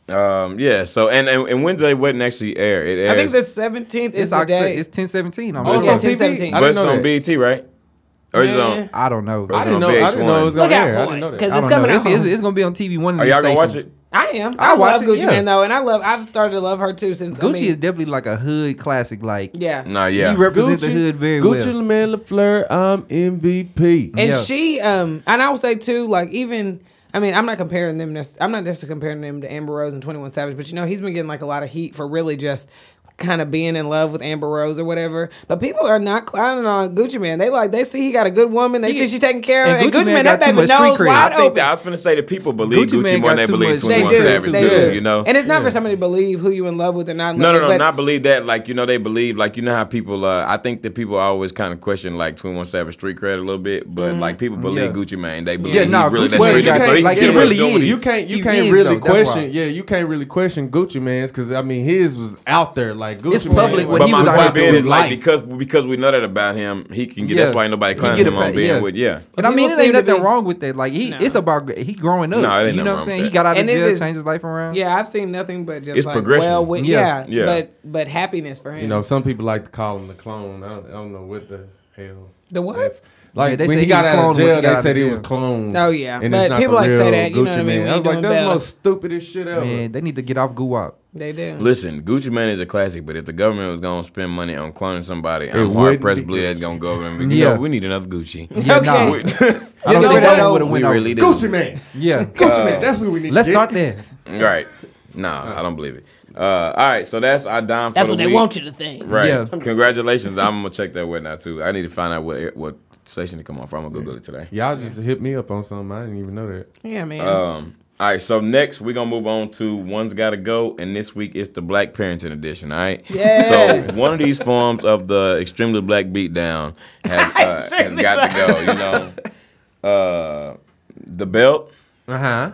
Speaker 1: Um, yeah. So and, and and when did they wedding actually air? It airs.
Speaker 2: I think the 17th is
Speaker 4: it's
Speaker 2: the
Speaker 4: Octo-
Speaker 2: day
Speaker 4: it's ten seventeen. I'm
Speaker 5: Oh, it's
Speaker 2: yeah,
Speaker 5: on
Speaker 4: assuming.
Speaker 5: TV?
Speaker 2: 10-17.
Speaker 5: I
Speaker 1: But
Speaker 5: didn't
Speaker 1: it's
Speaker 5: know
Speaker 1: on
Speaker 5: that.
Speaker 1: BET, right? Or is it
Speaker 2: Yeah.
Speaker 1: on?
Speaker 4: I don't know.
Speaker 5: I
Speaker 4: I
Speaker 5: didn't
Speaker 1: on
Speaker 5: know. I didn't know it
Speaker 1: VH1.
Speaker 5: was
Speaker 2: look
Speaker 5: gonna air. I
Speaker 2: out for
Speaker 5: didn't know
Speaker 2: it
Speaker 5: that.
Speaker 2: because
Speaker 4: don't
Speaker 2: it's
Speaker 4: know.
Speaker 2: coming
Speaker 4: It's,
Speaker 2: out
Speaker 4: it's, it's gonna be on TV. One of
Speaker 1: Are
Speaker 4: these
Speaker 1: y'all gonna watch
Speaker 4: stations.
Speaker 1: it?
Speaker 2: I am
Speaker 4: I
Speaker 2: I, love
Speaker 4: watch it,
Speaker 2: Gucci
Speaker 4: yeah.
Speaker 2: man though and I love I've started to love her too since I
Speaker 4: Gucci
Speaker 2: mean,
Speaker 4: is definitely like a hood classic. Like
Speaker 2: yeah
Speaker 1: Nah, yeah.
Speaker 4: he represents the hood very
Speaker 5: Gucci
Speaker 4: well.
Speaker 5: Man LaFleur, I'm MVP.
Speaker 2: And
Speaker 4: Yeah.
Speaker 2: she, um, and I would say too, like even I mean, I'm not comparing them. nec- I'm not necessarily comparing them to Amber Rose and 21 Savage, but you know, he's been getting like a lot of heat for really just kind of being in love with Amber Rose or whatever. But people are not clowning on Gucci Man. They like they see he got a good woman. They see she taking care of.
Speaker 4: and
Speaker 2: And Gucci,
Speaker 4: Gucci
Speaker 2: Man,
Speaker 4: Man
Speaker 2: that
Speaker 4: got too
Speaker 2: baby
Speaker 4: much street
Speaker 2: nose
Speaker 1: I
Speaker 4: cred.
Speaker 2: wide
Speaker 1: think
Speaker 2: open.
Speaker 1: that I was finna say that people believe
Speaker 4: Gucci
Speaker 1: Gucci,
Speaker 4: Man
Speaker 1: more than
Speaker 4: got
Speaker 1: they
Speaker 4: too
Speaker 1: believe
Speaker 4: much-
Speaker 1: Twenty
Speaker 2: they
Speaker 1: One
Speaker 2: do.
Speaker 1: Savage
Speaker 2: they
Speaker 1: too.
Speaker 2: do.
Speaker 1: You know,
Speaker 2: and it's not for somebody to believe who you in love with and not. In
Speaker 1: No,
Speaker 2: love
Speaker 1: no,
Speaker 2: with,
Speaker 1: no,
Speaker 2: but-
Speaker 1: not believe that. Like you know, they believe. Like you know how people. Uh, I think that people always kind of question like Twenty One Savage street cred a little bit, but like people believe
Speaker 4: Mm-hmm. Yeah.
Speaker 1: Gucci Mane. They believe
Speaker 4: Yeah,
Speaker 1: he
Speaker 4: nah,
Speaker 1: really
Speaker 4: Gucci
Speaker 1: that
Speaker 4: Mane
Speaker 1: street
Speaker 4: got-
Speaker 1: nigga, so he
Speaker 4: like,
Speaker 1: can
Speaker 4: it
Speaker 1: get away
Speaker 4: really
Speaker 1: with doing
Speaker 4: is.
Speaker 5: You can't you
Speaker 4: He
Speaker 5: can't
Speaker 4: is,
Speaker 5: really
Speaker 4: though, that's why.
Speaker 5: question yeah you can't really question Gucci Man's because I mean his was out there like Gucci
Speaker 4: It's public
Speaker 5: Man,
Speaker 4: when
Speaker 1: But
Speaker 4: he
Speaker 1: my
Speaker 4: was out
Speaker 1: point being
Speaker 4: there doing
Speaker 1: is like
Speaker 4: life.
Speaker 1: because because we know that about him, he can get. That's
Speaker 4: Yeah.
Speaker 1: why ain't nobody
Speaker 4: He
Speaker 1: clowning
Speaker 4: get a
Speaker 1: him on
Speaker 4: pa-
Speaker 1: being
Speaker 4: yeah.
Speaker 1: with. Yeah,
Speaker 4: And I
Speaker 2: People
Speaker 4: mean, it
Speaker 2: seem
Speaker 4: ain't
Speaker 2: to
Speaker 4: nothing
Speaker 2: be-
Speaker 4: wrong with that. Like he,
Speaker 2: No.
Speaker 4: it's about he growing up.
Speaker 1: No, it ain't nothing
Speaker 4: you know
Speaker 1: wrong
Speaker 4: what I'm
Speaker 1: with
Speaker 4: saying? He
Speaker 1: that.
Speaker 4: got out of
Speaker 2: And it
Speaker 4: jail,
Speaker 2: is-
Speaker 4: changed his life around.
Speaker 2: Yeah, I've seen nothing but just
Speaker 1: It's
Speaker 2: like
Speaker 1: progression.
Speaker 2: well, wi- yeah,
Speaker 4: Yeah.
Speaker 1: Yeah.
Speaker 2: but but happiness for him.
Speaker 5: You know, some people like to call him the clone. I don't, I don't know what the hell.
Speaker 2: The what?
Speaker 5: That's- Like
Speaker 4: Yeah, they
Speaker 5: when
Speaker 4: say
Speaker 5: he
Speaker 4: he was
Speaker 5: got out of
Speaker 4: cloned once
Speaker 5: jail,
Speaker 4: he
Speaker 5: they
Speaker 4: got out
Speaker 5: said
Speaker 4: of
Speaker 5: he was
Speaker 4: jail.
Speaker 5: cloned.
Speaker 2: Oh, yeah.
Speaker 5: and
Speaker 2: But
Speaker 5: it's not
Speaker 2: people
Speaker 5: the
Speaker 2: like to say
Speaker 5: real
Speaker 2: that, you know what I
Speaker 5: Gucci
Speaker 2: mean? We
Speaker 5: Mane. I was like,
Speaker 2: doing
Speaker 5: that's the
Speaker 2: better.
Speaker 5: most stupidest shit ever.
Speaker 4: Man, they need to get off guap.
Speaker 2: they do.
Speaker 1: Listen, Gucci Mane is a classic, but if the government was gonna spend money on cloning somebody, I'm
Speaker 5: wouldn't
Speaker 1: hard pressed
Speaker 5: be-
Speaker 1: to believe that's gonna go over and be, you
Speaker 4: Yeah.
Speaker 1: know, we need another Gucci.
Speaker 4: Yeah,
Speaker 2: Okay.
Speaker 4: nah. I
Speaker 2: You
Speaker 4: don't
Speaker 2: know
Speaker 4: think
Speaker 2: what?
Speaker 4: that would have went
Speaker 1: we
Speaker 4: over.
Speaker 1: really do.
Speaker 5: Gucci Man,
Speaker 4: Yeah. Uh,
Speaker 5: Gucci Man. That's who we need.
Speaker 4: Let's
Speaker 5: to
Speaker 4: start
Speaker 5: get.
Speaker 4: there.
Speaker 1: Right. Nah, I don't believe it. Uh, all right, so that's our dime for
Speaker 2: That's
Speaker 1: the
Speaker 2: what
Speaker 1: week.
Speaker 2: they want you to think.
Speaker 1: Right.
Speaker 4: Yeah.
Speaker 1: Congratulations. I'm gonna check that whatnot too. I need to find out what what station to come on from. I'm gonna Google it today.
Speaker 5: Y'all just hit me up on something. I didn't even know that.
Speaker 2: Yeah, man.
Speaker 1: Um. All right. So next we're gonna move on to one's gotta go, and this week it's the Black Parenting Edition. All right.
Speaker 2: Yeah.
Speaker 1: So one of these forms of the extremely black beatdown has, uh, has got to go. You know. Uh, the belt,
Speaker 5: Uh
Speaker 2: Uh-huh.
Speaker 5: huh.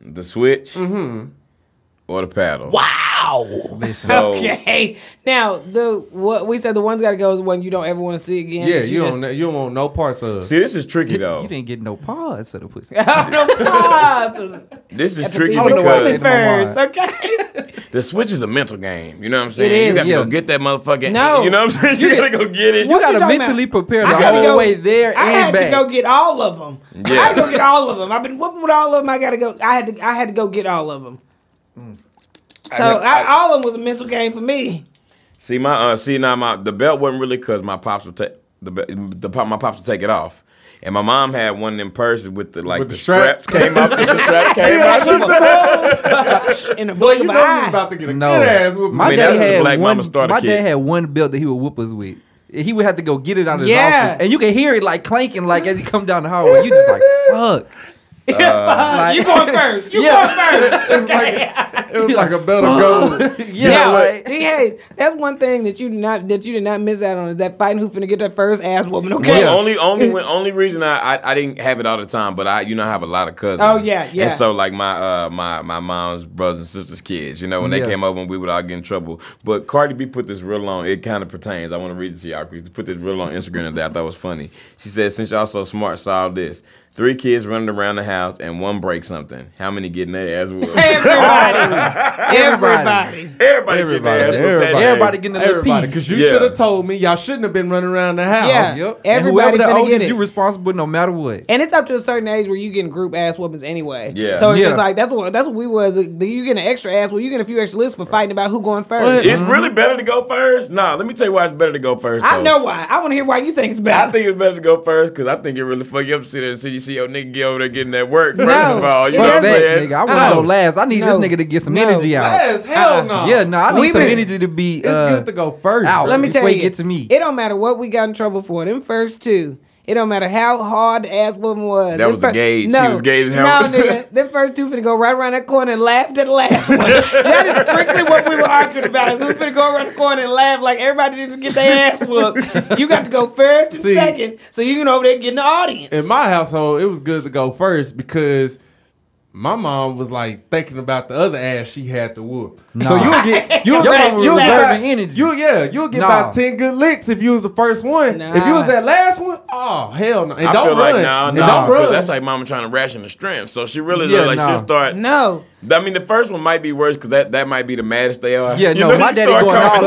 Speaker 1: the switch, or the paddle.
Speaker 2: Mm-hmm. Wow.
Speaker 1: So-
Speaker 2: okay. Now the what we said the one's gotta go is one you don't ever want to see again.
Speaker 5: Yeah,
Speaker 2: that
Speaker 5: you
Speaker 2: just-
Speaker 5: don't. You don't want no parts of.
Speaker 1: See, this is tricky though.
Speaker 4: You didn't get no pause to the pussy.
Speaker 1: This is tricky
Speaker 2: ah, People the women
Speaker 1: because
Speaker 2: first, okay?
Speaker 1: the switch is a mental game. You know what I'm saying?
Speaker 2: It is.
Speaker 1: You gotta
Speaker 4: Yeah.
Speaker 1: go get that motherfucker.
Speaker 2: No.
Speaker 1: You know what I'm saying? You, gotta go get it.
Speaker 4: You
Speaker 2: What you
Speaker 4: gotta
Speaker 2: talking
Speaker 4: mentally
Speaker 2: about?
Speaker 4: prepare
Speaker 2: I
Speaker 4: the
Speaker 2: had to
Speaker 4: whole
Speaker 2: go-
Speaker 4: way there
Speaker 2: I had
Speaker 4: and back.
Speaker 2: to go get all of them. I
Speaker 1: Yeah.
Speaker 2: had to go get all of them. I've been whooping with all of them. I gotta go. I had to. I had to go get all of them. So I, all of them was a mental game for me.
Speaker 1: See my uh, see now my the belt wasn't really cause my pops would take the, be- the pop my pops would take it off. And my mom had one of them purses with the like
Speaker 5: With
Speaker 1: the,
Speaker 5: the strap.
Speaker 1: straps came off the strap came off.
Speaker 2: In the
Speaker 5: Boy,
Speaker 2: blink
Speaker 5: you
Speaker 2: of an
Speaker 5: know you
Speaker 2: eye.
Speaker 5: about to get a
Speaker 4: No,
Speaker 5: good ass whooping.
Speaker 4: my
Speaker 1: mean,
Speaker 4: dad
Speaker 1: that's what the
Speaker 4: had
Speaker 1: black
Speaker 4: one.
Speaker 1: mama starter
Speaker 4: my
Speaker 1: kid.
Speaker 4: dad had one belt that he would whoop us with. He would have to go get it out of his
Speaker 2: Yeah.
Speaker 4: office, and you can hear it like clanking, like as he come down the hallway. You just like fuck.
Speaker 2: Fuck, you going first. You
Speaker 4: Yeah.
Speaker 2: going first.
Speaker 5: It was like a belt of gold.
Speaker 4: yeah, like,
Speaker 2: G Hayes, that's one thing that you did not that you did not miss out on is that fighting who finna get that first ass woman. Okay,
Speaker 1: Well, only only when, only reason I, I I didn't have it all the time, but I you know I have a lot of cousins.
Speaker 2: Oh, yeah, yeah.
Speaker 1: And so like my uh my my mom's brothers and sisters kids, you know, when they
Speaker 4: Yeah.
Speaker 1: came over and we would all get in trouble. But Cardi B put this real on. It kind of pertains. I want to read it to y'all. She put this real on Instagram today. I thought it was funny. She said, "Since y'all so smart, solve this." Three kids running around the house and one breaks something. How many getting their ass whooped?
Speaker 2: everybody, everybody.
Speaker 1: Everybody, getting their ass
Speaker 5: Everybody,
Speaker 1: whooped. that
Speaker 5: everybody,
Speaker 1: day.
Speaker 4: Everybody getting a little
Speaker 5: everybody,
Speaker 4: piece.
Speaker 5: because you
Speaker 1: Yeah.
Speaker 5: should have told me y'all shouldn't have been running around the house.
Speaker 2: Yeah.
Speaker 4: Yep. And
Speaker 2: Everybody
Speaker 4: whoever the
Speaker 2: finna
Speaker 4: oldest,
Speaker 2: get it.
Speaker 4: you responsible no matter what.
Speaker 2: And it's up to a certain age where you getting group ass whoopings anyway.
Speaker 1: Yeah.
Speaker 2: So it's
Speaker 4: Yeah.
Speaker 2: just like that's what that's what we was. The, you getting an extra ass. Well, you getting a few extra lists for fighting about who going first.
Speaker 1: It's really better to go first. Nah, let me tell you why it's better to go first.
Speaker 2: I
Speaker 1: though.
Speaker 2: know why. I want to hear why you think it's
Speaker 1: I
Speaker 2: bad.
Speaker 1: think it's better to go first because I think it really fuck you up to see that see you see your nigga get over there getting that work. First
Speaker 2: No.
Speaker 1: of all, you
Speaker 2: Fuck
Speaker 1: know what I'm
Speaker 4: Fuck that,
Speaker 1: saying?
Speaker 4: nigga. I want to
Speaker 2: No.
Speaker 4: go last. I need
Speaker 2: No.
Speaker 4: this nigga to get some
Speaker 2: No.
Speaker 4: energy out.
Speaker 5: Yes,
Speaker 1: Uh,
Speaker 5: hell no.
Speaker 4: Yeah, no, I need
Speaker 2: We
Speaker 4: some
Speaker 2: been-
Speaker 4: energy to be.
Speaker 5: It's
Speaker 4: uh,
Speaker 5: good to go first.
Speaker 4: out.
Speaker 2: Let me
Speaker 4: before
Speaker 2: tell
Speaker 4: you
Speaker 2: you,
Speaker 4: get to me.
Speaker 2: It don't matter what we got in trouble for. Them first two. It don't matter how hard the ass woman was.
Speaker 1: That
Speaker 2: Them
Speaker 1: was the gauge. She was gauging
Speaker 2: No,
Speaker 1: how-
Speaker 2: nigga. Them first two finna go right around that corner and laugh at the last one. that is strictly what we were arguing about. Is we finna go around the corner and laugh like everybody didn't get their ass whooped. You got to go first and
Speaker 5: See.
Speaker 2: second, so you can over there get in the audience.
Speaker 5: in my household, it was good to go first because my mom was like thinking about the other ass she had to whoop. So you'll get you'll
Speaker 4: Your
Speaker 5: get
Speaker 4: mama
Speaker 5: you'll
Speaker 4: was
Speaker 5: get about,
Speaker 4: reserving energy.
Speaker 5: You yeah, you'll get
Speaker 4: Nah.
Speaker 5: about ten good licks if you was the first one. If you
Speaker 2: Nah.
Speaker 5: was that last one, oh hell no. And
Speaker 1: I
Speaker 5: don't
Speaker 1: feel
Speaker 5: run.
Speaker 1: like nah,
Speaker 5: And
Speaker 1: nah,
Speaker 5: don't
Speaker 1: 'cause
Speaker 5: run.
Speaker 1: that's like mama trying to ration the strength. So she really
Speaker 4: Yeah,
Speaker 1: like
Speaker 4: nah.
Speaker 1: she'll start.
Speaker 2: no.
Speaker 1: I mean, the first one might be worse because that, that might be the maddest they are.
Speaker 4: Yeah, no, my
Speaker 1: you
Speaker 4: daddy
Speaker 1: start coming
Speaker 4: going all out on the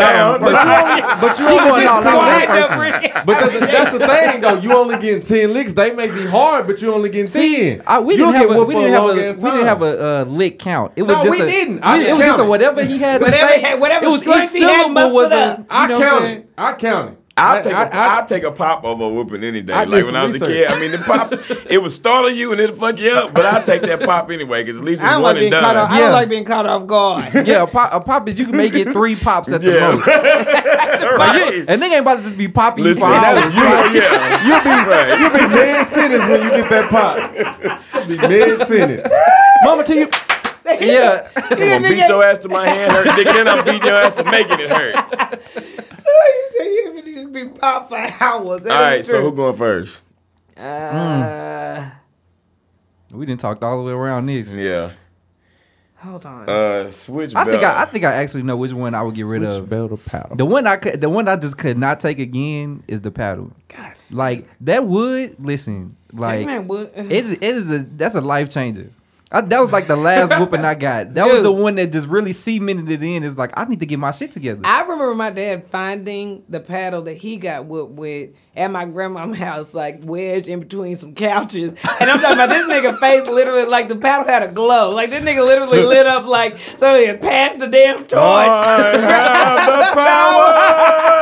Speaker 1: down.
Speaker 4: person.
Speaker 5: but you
Speaker 4: He
Speaker 5: only
Speaker 4: going
Speaker 5: get
Speaker 4: all
Speaker 5: ten
Speaker 4: out on the
Speaker 5: licks.
Speaker 4: first
Speaker 2: Every-
Speaker 4: one.
Speaker 5: But that's, the- that's the thing, though. You only getting ten licks. They may be hard, but you only getting ten.
Speaker 4: I, Uh, we,
Speaker 5: You'll
Speaker 4: didn't have
Speaker 5: get
Speaker 4: a,
Speaker 5: whooped
Speaker 4: we
Speaker 5: for
Speaker 4: didn't
Speaker 5: a
Speaker 4: have a
Speaker 5: long
Speaker 4: we
Speaker 5: ass
Speaker 4: didn't
Speaker 5: time.
Speaker 4: have a uh, lick count. It was
Speaker 5: No,
Speaker 4: just
Speaker 5: we
Speaker 4: a,
Speaker 5: didn't. I
Speaker 4: we- it
Speaker 5: didn't
Speaker 4: was just a
Speaker 5: count it.
Speaker 4: whatever he had. to
Speaker 2: Whatever
Speaker 4: say,
Speaker 2: he had- whatever
Speaker 4: it was
Speaker 2: strength
Speaker 4: each
Speaker 2: he had
Speaker 4: syllable
Speaker 2: mustered
Speaker 4: was a-
Speaker 2: up.
Speaker 4: you
Speaker 5: I
Speaker 4: know what I'm
Speaker 5: counted.
Speaker 4: saying?
Speaker 5: I counted.
Speaker 1: I'll
Speaker 5: I-
Speaker 1: take a
Speaker 5: I- I-
Speaker 1: will take a pop over a whooping any day.
Speaker 5: I did
Speaker 1: like
Speaker 5: some
Speaker 1: when I was a
Speaker 5: research.
Speaker 1: kid, I mean the pops, it would startle you and it'd fuck you up. But I'll take that pop anyway because at least it's
Speaker 2: I don't
Speaker 1: one
Speaker 2: like
Speaker 1: and
Speaker 2: being
Speaker 1: done.
Speaker 2: caught off. I
Speaker 4: Yeah.
Speaker 2: don't like being caught off guard.
Speaker 4: Yeah, a pop, a pop is you can make it three pops at the
Speaker 1: Yeah.
Speaker 4: most.
Speaker 1: Right.
Speaker 4: And they ain't about to just be popping
Speaker 1: Listen,
Speaker 4: you for hours.
Speaker 1: you, yeah,
Speaker 5: You'll be
Speaker 1: right.
Speaker 5: you'll be mid sentence when you get that pop. You'll be mid sentence. Mama, can you?
Speaker 4: yeah.
Speaker 1: I'm gonna beat your ass to my hand hurt, dick, and then I'm beating your ass for making it hurt. All
Speaker 2: you said you could just be popped for hours. That ain't
Speaker 1: right, so
Speaker 2: true.
Speaker 1: who going first?
Speaker 4: Mm.
Speaker 2: Uh,
Speaker 4: We didn't talk all the way around this.
Speaker 1: Yeah,
Speaker 2: Hold on.
Speaker 1: uh, switch.
Speaker 4: I think I, I
Speaker 1: belt.
Speaker 4: think I actually know which one I would get rid of.
Speaker 5: bell to paddle.
Speaker 4: The one I could, the one I just could not take again is the paddle.
Speaker 2: God.
Speaker 4: Like that would listen. Like
Speaker 2: man, wood-
Speaker 4: it is, it is a that's a life changer. I, that was like the last whooping I got. That was
Speaker 2: Dude.
Speaker 4: the one that just really cemented it in. It's like I need to get my shit together.
Speaker 2: I remember my dad finding the paddle that he got whooped with at my grandma's house, like wedged in between some couches. And I'm talking about this nigga face literally like the paddle had a glow. Like this nigga literally lit up like somebody had passed the damn torch.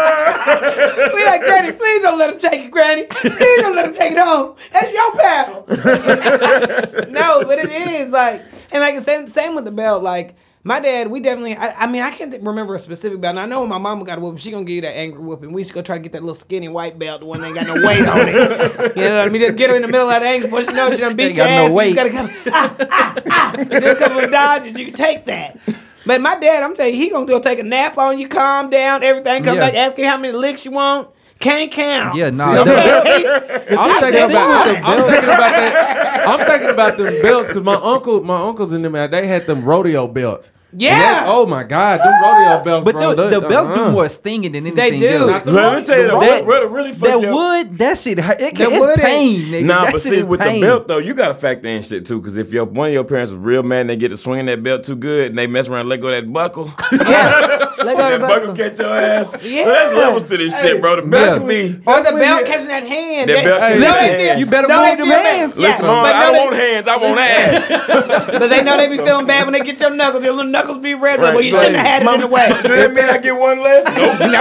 Speaker 2: we like, Granny, please don't let him take it, Granny. Please don't let him take it home. That's your paddle. no, but it is like, and like the same same with the belt. Like my dad, we definitely. I, I mean, I can't th- remember a specific belt. And I know when my mama got a whooping, she gonna give you that angry whooping. We used to go try to get that little skinny white belt, the one that ain't got no weight on it. You know what I mean? Just get her in the middle of that anger before she knows she done beat
Speaker 4: Ain't
Speaker 2: your
Speaker 4: got no
Speaker 2: ass. You
Speaker 4: weight.
Speaker 2: just gotta come, ah, ah, ah. You do a couple of dodges, you can take that. But my dad, I'm telling you, he gonna go take a nap on you, calm down, everything. Come
Speaker 4: Yeah.
Speaker 2: back, asking how many licks you want. Can't count.
Speaker 4: yeah, nah.
Speaker 5: See,
Speaker 4: that-
Speaker 5: I'm
Speaker 2: I
Speaker 5: thinking
Speaker 2: said
Speaker 5: about
Speaker 2: one.
Speaker 5: them belts. I'm thinking about that. I'm thinking about them belts because my uncle, my uncles in them, uh, they had them rodeo belts. And
Speaker 2: Yeah.
Speaker 5: that- oh my God, them rodeo belts.
Speaker 4: but
Speaker 5: bro,
Speaker 4: the,
Speaker 5: they-
Speaker 4: the belts
Speaker 5: uh-uh.
Speaker 4: do
Speaker 1: uh-huh.
Speaker 4: more stinging than anything.
Speaker 2: They do.
Speaker 1: Let
Speaker 4: Else.
Speaker 1: me tell you,
Speaker 4: That-
Speaker 1: that, what really fuck
Speaker 4: That
Speaker 1: you up-
Speaker 4: wood, that shit, hurt. it,
Speaker 2: That
Speaker 4: it's
Speaker 2: wood
Speaker 4: pain,
Speaker 2: ain't-
Speaker 4: nigga.
Speaker 1: Nah,
Speaker 4: that
Speaker 1: but
Speaker 4: shit
Speaker 1: see,
Speaker 4: is
Speaker 1: with
Speaker 4: pain.
Speaker 1: the belt though, you gotta factor in shit too. Because if your one of your parents was real mad and they get to swinging that belt too good and they mess around, and let go of that buckle,
Speaker 2: Let go
Speaker 1: that
Speaker 2: of the
Speaker 1: buckle
Speaker 2: buckle.
Speaker 1: catch your ass.
Speaker 2: Yeah.
Speaker 1: So that's levels to this shit, bro. The best of me.
Speaker 2: Or Oh, the
Speaker 5: when
Speaker 2: belt
Speaker 5: you-
Speaker 2: catching that hand.
Speaker 1: That
Speaker 2: They-
Speaker 1: belt catching
Speaker 2: know
Speaker 1: that
Speaker 2: they
Speaker 1: hand.
Speaker 2: feel-
Speaker 4: You better
Speaker 2: know they
Speaker 4: move them
Speaker 2: feel bad.
Speaker 4: hands.
Speaker 2: Yeah,
Speaker 1: Listen, mom,
Speaker 2: but
Speaker 1: I
Speaker 2: know
Speaker 1: don't
Speaker 2: they-
Speaker 1: want hands. I want ass.
Speaker 2: But they know they be feeling bad when they get your knuckles. Your little knuckles be red. Like,
Speaker 1: Right,
Speaker 2: well, you
Speaker 1: right.
Speaker 2: shouldn't have had it in the way.
Speaker 1: Does that mean I get one less? Nope.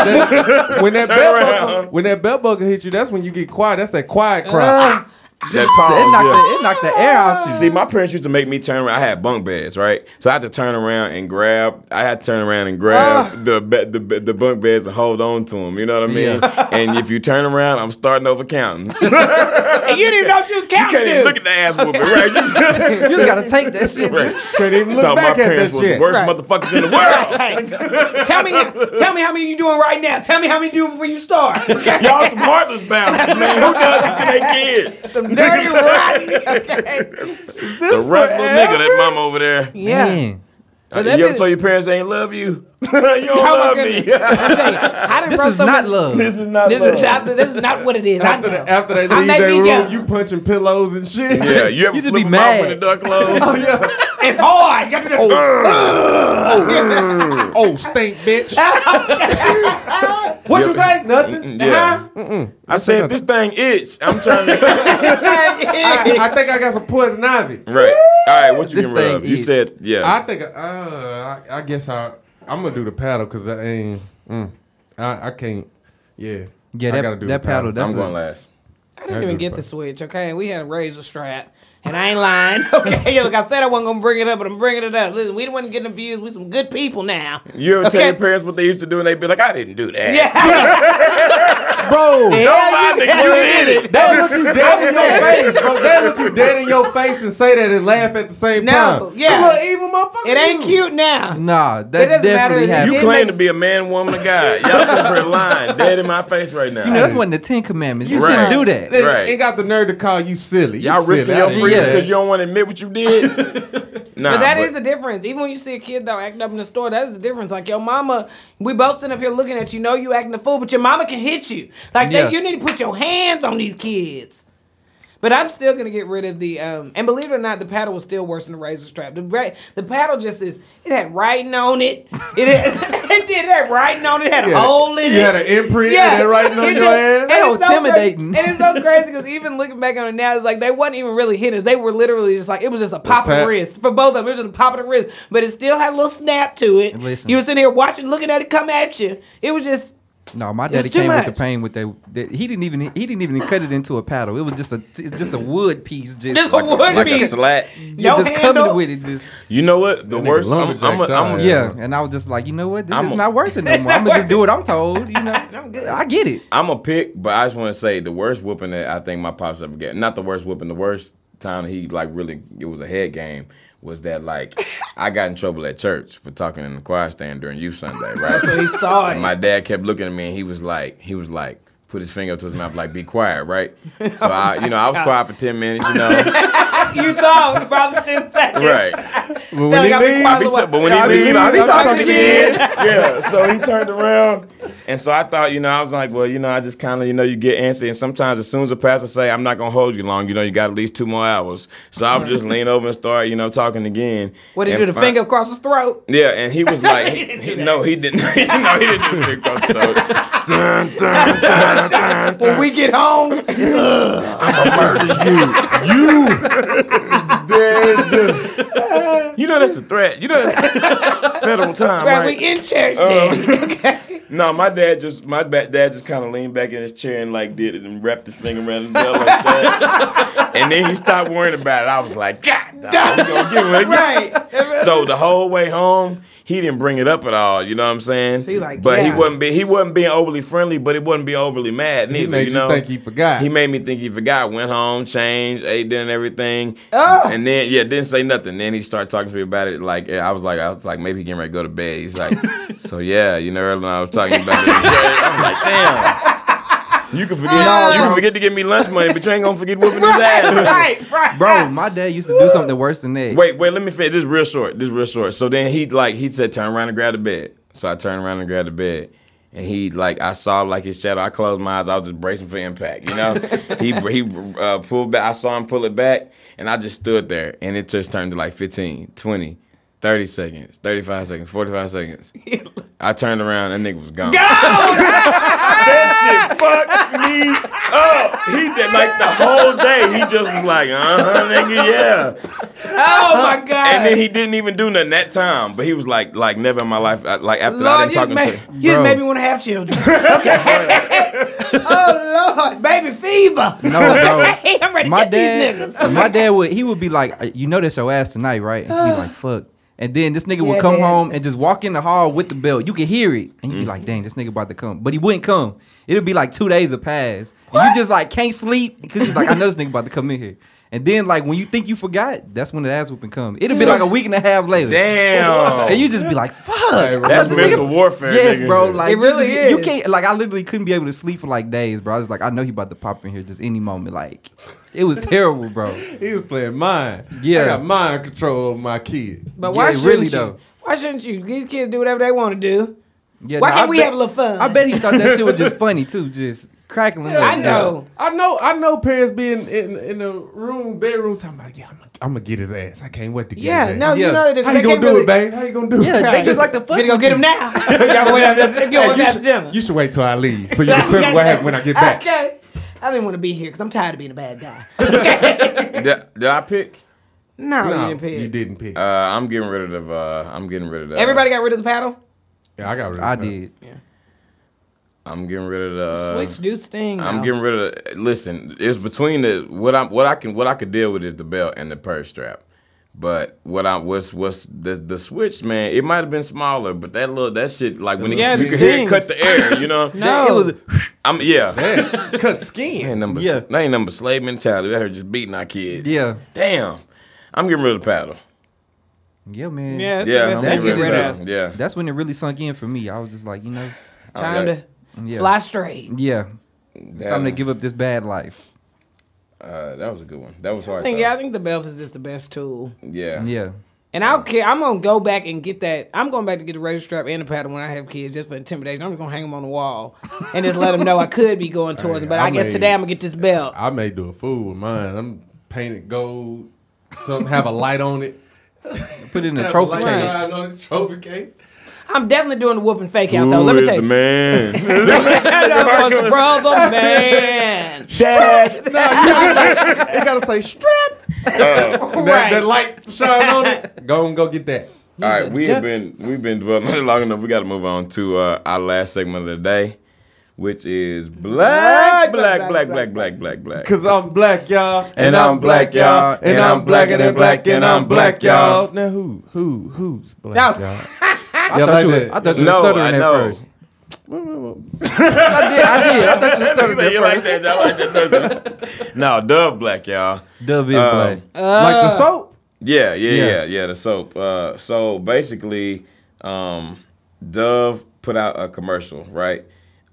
Speaker 5: when that
Speaker 1: Turn
Speaker 5: belt
Speaker 1: around.
Speaker 5: buckle, when that belt buckle hit you, that's when you get quiet. That's that quiet cry.
Speaker 1: That
Speaker 4: It knocked,
Speaker 1: pause.
Speaker 4: the, it knocked the air out you.
Speaker 1: See, my parents used to make me turn around. I had bunk beds, right? So I had to turn around and grab. I had to turn around and
Speaker 5: Ah.
Speaker 1: grab the, be- the be- the bunk beds and hold on to them. You know what I mean? and if you turn around, I'm starting over counting. you
Speaker 2: And you didn't even know what you was counting
Speaker 1: can't even
Speaker 2: to.
Speaker 1: look at the ass whooping, right? You-
Speaker 4: You just gotta take that shit.
Speaker 1: right.
Speaker 5: Can't even look
Speaker 1: Thought
Speaker 5: back
Speaker 1: my
Speaker 5: at
Speaker 1: parents
Speaker 5: that
Speaker 1: was the
Speaker 5: shit.
Speaker 1: worst
Speaker 2: Right.
Speaker 1: motherfuckers in the world.
Speaker 2: Hey, tell me, tell me how many you doing right now. Tell me how many you do before you start.
Speaker 1: Y'all some heartless bastards, man. Who does it to their kids?
Speaker 2: Some dirty, rotten. Okay.
Speaker 1: The restless nigga, that mama over there.
Speaker 2: Yeah.
Speaker 4: Man.
Speaker 1: Uh,
Speaker 2: that
Speaker 1: you ever
Speaker 2: bitch-
Speaker 1: told your parents they ain't love you? you don't love me.
Speaker 2: I'm telling you, I done
Speaker 4: This
Speaker 2: brought
Speaker 4: is
Speaker 2: so
Speaker 4: not
Speaker 2: many-
Speaker 4: love.
Speaker 1: this is not
Speaker 2: This
Speaker 1: love.
Speaker 2: is, I, this is not what it is. I
Speaker 5: After,
Speaker 2: know.
Speaker 5: the, after they
Speaker 2: I
Speaker 5: leave
Speaker 2: may
Speaker 5: their
Speaker 2: be
Speaker 5: room,
Speaker 2: young.
Speaker 5: you punching pillows and shit.
Speaker 1: yeah, you ever
Speaker 4: You just
Speaker 1: flip
Speaker 4: be
Speaker 1: 'em off when the
Speaker 4: mad.
Speaker 1: door closed?
Speaker 2: Oh, and hard. You got to do this.
Speaker 5: Oh, stink, bitch. what you think? Nothing.
Speaker 1: Yeah. I said this thing itch. I'm trying to.
Speaker 5: I, I think I got some poison ivy.
Speaker 1: right. All right. What you
Speaker 4: This
Speaker 1: can
Speaker 4: thing
Speaker 1: rub? You
Speaker 4: itch.
Speaker 1: said
Speaker 5: I
Speaker 1: yeah.
Speaker 5: think uh, I, I guess I I'm gonna do the paddle because I ain't mm, I, I can't yeah
Speaker 4: Yeah,
Speaker 5: I
Speaker 4: that-
Speaker 5: gotta do
Speaker 4: that
Speaker 5: the
Speaker 4: paddle,
Speaker 5: paddle.
Speaker 4: that's
Speaker 1: I'm
Speaker 4: a-
Speaker 1: going last.
Speaker 2: I didn't even get the switch. Okay, we had a razor strap, and I ain't lying. Okay, look, I said I wasn't gonna bring it up, but I'm bringing it up. Listen, we wasn't getting abused. We some good people now.
Speaker 1: You ever tell
Speaker 2: Okay.
Speaker 1: your parents what they used to do and they be like, I didn't do that.
Speaker 2: Yeah,
Speaker 5: bro.
Speaker 1: Nobody you did it.
Speaker 5: They look you dead in your face, bro. They look you dead in your face and say that and laugh at the same
Speaker 2: No,
Speaker 5: time.
Speaker 2: yeah.
Speaker 5: You little evil motherfucker.
Speaker 2: it ain't
Speaker 5: you.
Speaker 2: cute now.
Speaker 4: Nah, that
Speaker 2: doesn't matter
Speaker 4: definitely
Speaker 2: if you
Speaker 4: happened.
Speaker 1: You
Speaker 2: It
Speaker 1: claim
Speaker 2: makes-
Speaker 1: to be a man, woman, a guy. Y'all sitting here lying dead in my face right now.
Speaker 4: You know, that's one of the Ten Commandments. You
Speaker 1: Right.
Speaker 4: shouldn't do that.
Speaker 5: They
Speaker 1: Right.
Speaker 5: ain't got the nerve to call you silly. You
Speaker 1: Y'all risking
Speaker 5: silly.
Speaker 1: your
Speaker 5: I ain't-
Speaker 1: freedom
Speaker 4: yeah.
Speaker 1: because you don't want to admit what you did. nah,
Speaker 2: But that is the difference. Even when you see a kid though acting up in the store, that is the difference. Like your mama, we both sitting up here looking at you. Know you acting a fool, but your mama can hit you. Like they-
Speaker 4: Yeah.
Speaker 2: you need to put your hands on these kids. But I'm still gonna get rid of the um, and believe it or not, the paddle was still worse than the razor strap. The ra- the paddle just is it had writing on it. It had, it did have writing on it. It had a
Speaker 5: Yeah.
Speaker 2: hole in it.
Speaker 5: You had an imprint yeah. and writing on
Speaker 2: It
Speaker 5: your
Speaker 2: just-
Speaker 5: ass.
Speaker 2: and
Speaker 4: That
Speaker 2: it's
Speaker 4: was
Speaker 2: so
Speaker 4: intimidating.
Speaker 2: Crazy, and it's so crazy because even looking back on it now, it's like they wasn't even really hitters. They were literally just like it was just a pop of the
Speaker 5: tap.
Speaker 2: wrist for both of them. It was just a pop of the wrist, but it still had a little snap to it.
Speaker 4: Listen.
Speaker 2: You were sitting here watching, looking at it come at you. It was just
Speaker 4: No, my
Speaker 2: It was
Speaker 4: daddy
Speaker 2: too
Speaker 4: came with the
Speaker 2: much.
Speaker 4: pain with that. that- He didn't even he didn't even cut it into a paddle. It was just a just a wood piece. Just
Speaker 2: Just a
Speaker 4: like
Speaker 2: wood
Speaker 1: like a
Speaker 2: piece.
Speaker 1: slat.
Speaker 4: Yeah,
Speaker 2: Yo,
Speaker 4: just
Speaker 2: handle.
Speaker 4: covered with it. Just
Speaker 1: You know what? The
Speaker 5: nigga
Speaker 1: worst. I'm,
Speaker 5: lumberjack
Speaker 1: I'm, a, I'm, a,
Speaker 5: side.
Speaker 4: yeah. And I was just like, you know what? This
Speaker 1: I'm
Speaker 4: is
Speaker 1: a-
Speaker 4: not worth it no more. I'm gonna just do what I'm told. You know, I get it.
Speaker 1: I'm a pick, but I just want to say the worst whooping that I think my pops ever get. Not the worst whooping. The worst time he like really it was a head game was that like I got in trouble at church for talking in the choir stand during youth Sunday, right?
Speaker 2: So he saw
Speaker 1: And
Speaker 2: it.
Speaker 1: my dad kept looking at me, and he was like, he was like, put his finger up to his mouth, like, be quiet, right? So I, you know, I was quiet for ten minutes, you know,
Speaker 2: you thought about the 10 seconds.
Speaker 1: right?
Speaker 5: But
Speaker 2: Tell
Speaker 5: when he
Speaker 2: you, I be
Speaker 5: leave,
Speaker 1: I be t- but when he
Speaker 5: I be
Speaker 1: leave, I be
Speaker 5: leaving, I'm
Speaker 1: talking again. Yeah. So he turned around, and so I thought, you know, I was like, well, you know, I just kind of, you know, you get antsy, and sometimes as soon as the pastor say, I'm not gonna hold you long, you know, you got at least two more hours. So I would just lean over and start, you know, talking again.
Speaker 2: What did he
Speaker 1: And
Speaker 2: do? The
Speaker 1: fi-
Speaker 2: finger across his throat.
Speaker 1: Yeah, and he was like,
Speaker 2: He didn't
Speaker 1: he-
Speaker 2: do that.
Speaker 1: no, he didn't. no, he didn't do the finger across the throat.
Speaker 2: When we get home,
Speaker 1: You know that's a threat. You know that's federal time,
Speaker 2: right,
Speaker 1: right?
Speaker 2: we in church then.
Speaker 1: No, my dad just my ba- dad just kind of leaned back in his chair and like did it and wrapped his finger around his belt like that. and then he stopped worrying about it. I was like, God, dog, we gonna give him again.
Speaker 2: right.
Speaker 1: So the whole way home, he didn't bring it up at all. You know what I'm saying?
Speaker 2: he like,
Speaker 1: but
Speaker 2: yeah.
Speaker 1: he wasn't be, he wasn't being overly friendly, but he wasn't being overly mad neither.
Speaker 5: He made
Speaker 1: you know,
Speaker 5: you think he forgot.
Speaker 1: he made me think he forgot. Went home, changed, ate dinner, and everything,
Speaker 2: Oh.
Speaker 1: and then yeah, didn't say nothing. Then he started talking to me about it. Like yeah, I was like, I was like, maybe he getting ready to go to bed. He's like, so yeah, you know, earlier I was talking about it. in church." I was like, damn. You can forget, you can forget to give me lunch money, but you ain't gonna forget whooping his ass.
Speaker 2: right, right.
Speaker 4: Bro, my dad used to do something worse than that.
Speaker 1: Wait, wait, let me finish. This is real short. This is real short. So then he like he said, turn around and grab the bed. So I turned around and grabbed the bed. And he like I saw like his shadow. I closed my eyes. I was just bracing for impact. You know, he he uh, pulled back. I saw him pull it back, and I just stood there. And it just turned to like 15, 20, 30 seconds, 35 seconds, 45 seconds. I turned around. That nigga was gone. that shit fucked me up. He did like the whole day. He just was like, uh huh, nigga, yeah.
Speaker 2: Oh my God.
Speaker 1: And then he didn't even do nothing that time. But he was like, like never in my life. I- Like after I
Speaker 2: Lord,
Speaker 1: didn't
Speaker 2: you just,
Speaker 1: talk to.
Speaker 2: made, you just
Speaker 4: Bro.
Speaker 2: made me want to have children. Okay. oh Lord, baby fever.
Speaker 4: No, bro.
Speaker 2: I'm ready
Speaker 4: my
Speaker 2: to get
Speaker 4: dad,
Speaker 2: these niggas.
Speaker 4: my dad would he would be like, "Uh, you know, that's your ass tonight, right? And he'd be like, fuck. And then this nigga would
Speaker 2: Yeah,
Speaker 4: come
Speaker 2: dad.
Speaker 4: home and just walk in the hall with the belt. You could hear it, and you'd be like, dang, this nigga about to come, but he wouldn't come. It'd be like two days have passed. And you just like can't sleep because you're like, I know this nigga about to come in here. And then like when you think you forgot, that's when the ass whooping come. It'll be like a week and a half later.
Speaker 1: Damn.
Speaker 4: And you just be like, fuck. I
Speaker 1: That's
Speaker 4: thought this
Speaker 1: mental warfare,
Speaker 4: Yes,
Speaker 1: nigga.
Speaker 4: bro. Like
Speaker 2: It really
Speaker 4: you, just- You
Speaker 2: is.
Speaker 4: can't like I literally couldn't be able to sleep for like days, bro. I was like, I know he about to pop in here just any moment. Like it was terrible, bro.
Speaker 5: He was playing mind.
Speaker 4: Yeah.
Speaker 5: I got mind control over my kid.
Speaker 2: But why
Speaker 4: Yeah,
Speaker 2: shouldn't
Speaker 4: really
Speaker 2: you?
Speaker 4: though.
Speaker 2: Why shouldn't you? These kids do whatever they want to do.
Speaker 4: Yeah,
Speaker 2: Why
Speaker 4: nah,
Speaker 2: can't
Speaker 4: I
Speaker 2: we
Speaker 4: bet-
Speaker 2: have a little fun?
Speaker 4: I bet he thought that shit was just funny too, just crackling. up,
Speaker 2: I
Speaker 4: just-
Speaker 2: know.
Speaker 5: I know, I know. Parents being in in the room, bedroom, talking about, yeah, I'm gonna, I'm gonna get his ass. I can't wait to get.
Speaker 2: Yeah,
Speaker 5: his
Speaker 2: no,
Speaker 5: ass.
Speaker 4: Yeah.
Speaker 2: you know they,
Speaker 5: How
Speaker 2: they
Speaker 5: you gonna
Speaker 2: can't
Speaker 5: do
Speaker 2: really,
Speaker 5: it, babe? How you gonna do it?
Speaker 4: Yeah, they just like the fuck.
Speaker 2: They gonna
Speaker 4: with
Speaker 2: get them
Speaker 4: you.
Speaker 2: now. Y'all wait out there. They
Speaker 5: Hey,
Speaker 2: going
Speaker 5: you,
Speaker 2: after dinner.
Speaker 5: should, you should wait till I leave so you can tell me what happened when I get back.
Speaker 2: Okay. I didn't want to be here because I'm tired of being a bad guy.
Speaker 1: Did, did I pick?
Speaker 2: No,
Speaker 5: No,
Speaker 2: you didn't pick.
Speaker 5: you didn't pick.
Speaker 1: Uh, I'm getting rid of. Uh, I'm getting rid of. The,
Speaker 2: Everybody got rid of the paddle.
Speaker 5: yeah, I got. Rid of
Speaker 4: I
Speaker 5: that.
Speaker 4: did.
Speaker 1: uh, I'm getting rid of the.
Speaker 2: Switch do sting.
Speaker 1: Uh, I'm
Speaker 2: though.
Speaker 1: getting rid of. The, listen, it's between the what I what I can what I could deal with is the belt and the purse strap. But what I what's what's the the switch man? It might have been smaller, but that little that shit like when it,
Speaker 2: Yeah, it
Speaker 1: you could hear it
Speaker 2: stings.
Speaker 1: cut the air, you know?
Speaker 2: No.
Speaker 4: It was
Speaker 1: I'm yeah.
Speaker 5: Yeah, cut
Speaker 1: That
Speaker 5: skin.
Speaker 1: ain't number.
Speaker 4: Yeah.
Speaker 1: That ain't number slave mentality. That are just beating our kids.
Speaker 4: Yeah.
Speaker 1: Damn. I'm getting rid of the paddle.
Speaker 4: yeah, man.
Speaker 2: yeah, that's
Speaker 1: yeah.
Speaker 2: the
Speaker 1: I'm
Speaker 2: best thing
Speaker 1: getting
Speaker 2: to get rid
Speaker 1: rid
Speaker 2: of.
Speaker 1: of. Yeah.
Speaker 4: That's when it really sunk in for me. I was just like, you know,
Speaker 2: Time to
Speaker 4: Yeah.
Speaker 2: fly straight.
Speaker 4: yeah, it's time to
Speaker 1: That-
Speaker 4: give up this bad life.
Speaker 1: Uh, that was a good one. That was
Speaker 2: I
Speaker 1: hard.
Speaker 2: think,
Speaker 1: though.
Speaker 2: yeah, I think the belt is just the best tool.
Speaker 1: yeah.
Speaker 4: Yeah,
Speaker 2: And I don't care. I'm gonna go back and get that. I'm going back to get the razor strap and the paddle when I have kids, just for intimidation. I'm just gonna hang them on the wall and just let them know I could be going towards it. But
Speaker 5: I
Speaker 2: I, guess
Speaker 5: made-
Speaker 2: today I'm gonna get this belt.
Speaker 5: I may do a fool with mine. I'm painted gold. Something have a light on it.
Speaker 4: put it in
Speaker 5: Have
Speaker 4: a trophy
Speaker 5: light
Speaker 4: case.
Speaker 5: shine on it, Trophy case.
Speaker 2: I'm definitely doing the whooping fake out though.
Speaker 1: Who
Speaker 2: Let me
Speaker 1: is
Speaker 2: tell
Speaker 1: the
Speaker 2: you,
Speaker 1: man?
Speaker 2: that was brother man.
Speaker 5: No, you gotta say, you gotta say strip. that, that light shine on it. Go and go get that.
Speaker 1: All right,
Speaker 2: a
Speaker 1: we have
Speaker 2: duck.
Speaker 1: been we've been dwelling long enough. We got to move on to uh, our last segment of the day. which is black,
Speaker 2: Black,
Speaker 1: black, black,
Speaker 2: black,
Speaker 1: black, black, black, black.
Speaker 5: Cause I'm black, y'all.
Speaker 1: And I'm black, y'all.
Speaker 5: And I'm blacker than black. And I'm black, y'all. Now who, who, who's black,
Speaker 2: No.
Speaker 5: y'all?
Speaker 4: I
Speaker 5: Yeah,
Speaker 4: thought
Speaker 5: like
Speaker 4: you were,
Speaker 5: that.
Speaker 4: I thought you were
Speaker 1: No, I
Speaker 4: stuttering at
Speaker 1: know.
Speaker 4: first. I did, I did. I thought you were stuttering at
Speaker 1: You
Speaker 4: first.
Speaker 1: like that? Y'all like that? don't you? no, Dove Black, y'all.
Speaker 4: Dove is
Speaker 1: Um,
Speaker 4: black.
Speaker 5: Like the soap.
Speaker 1: Yeah, yeah,
Speaker 4: Yes.
Speaker 1: yeah, yeah. The soap. Uh, so basically, um, Dove put out a commercial, right?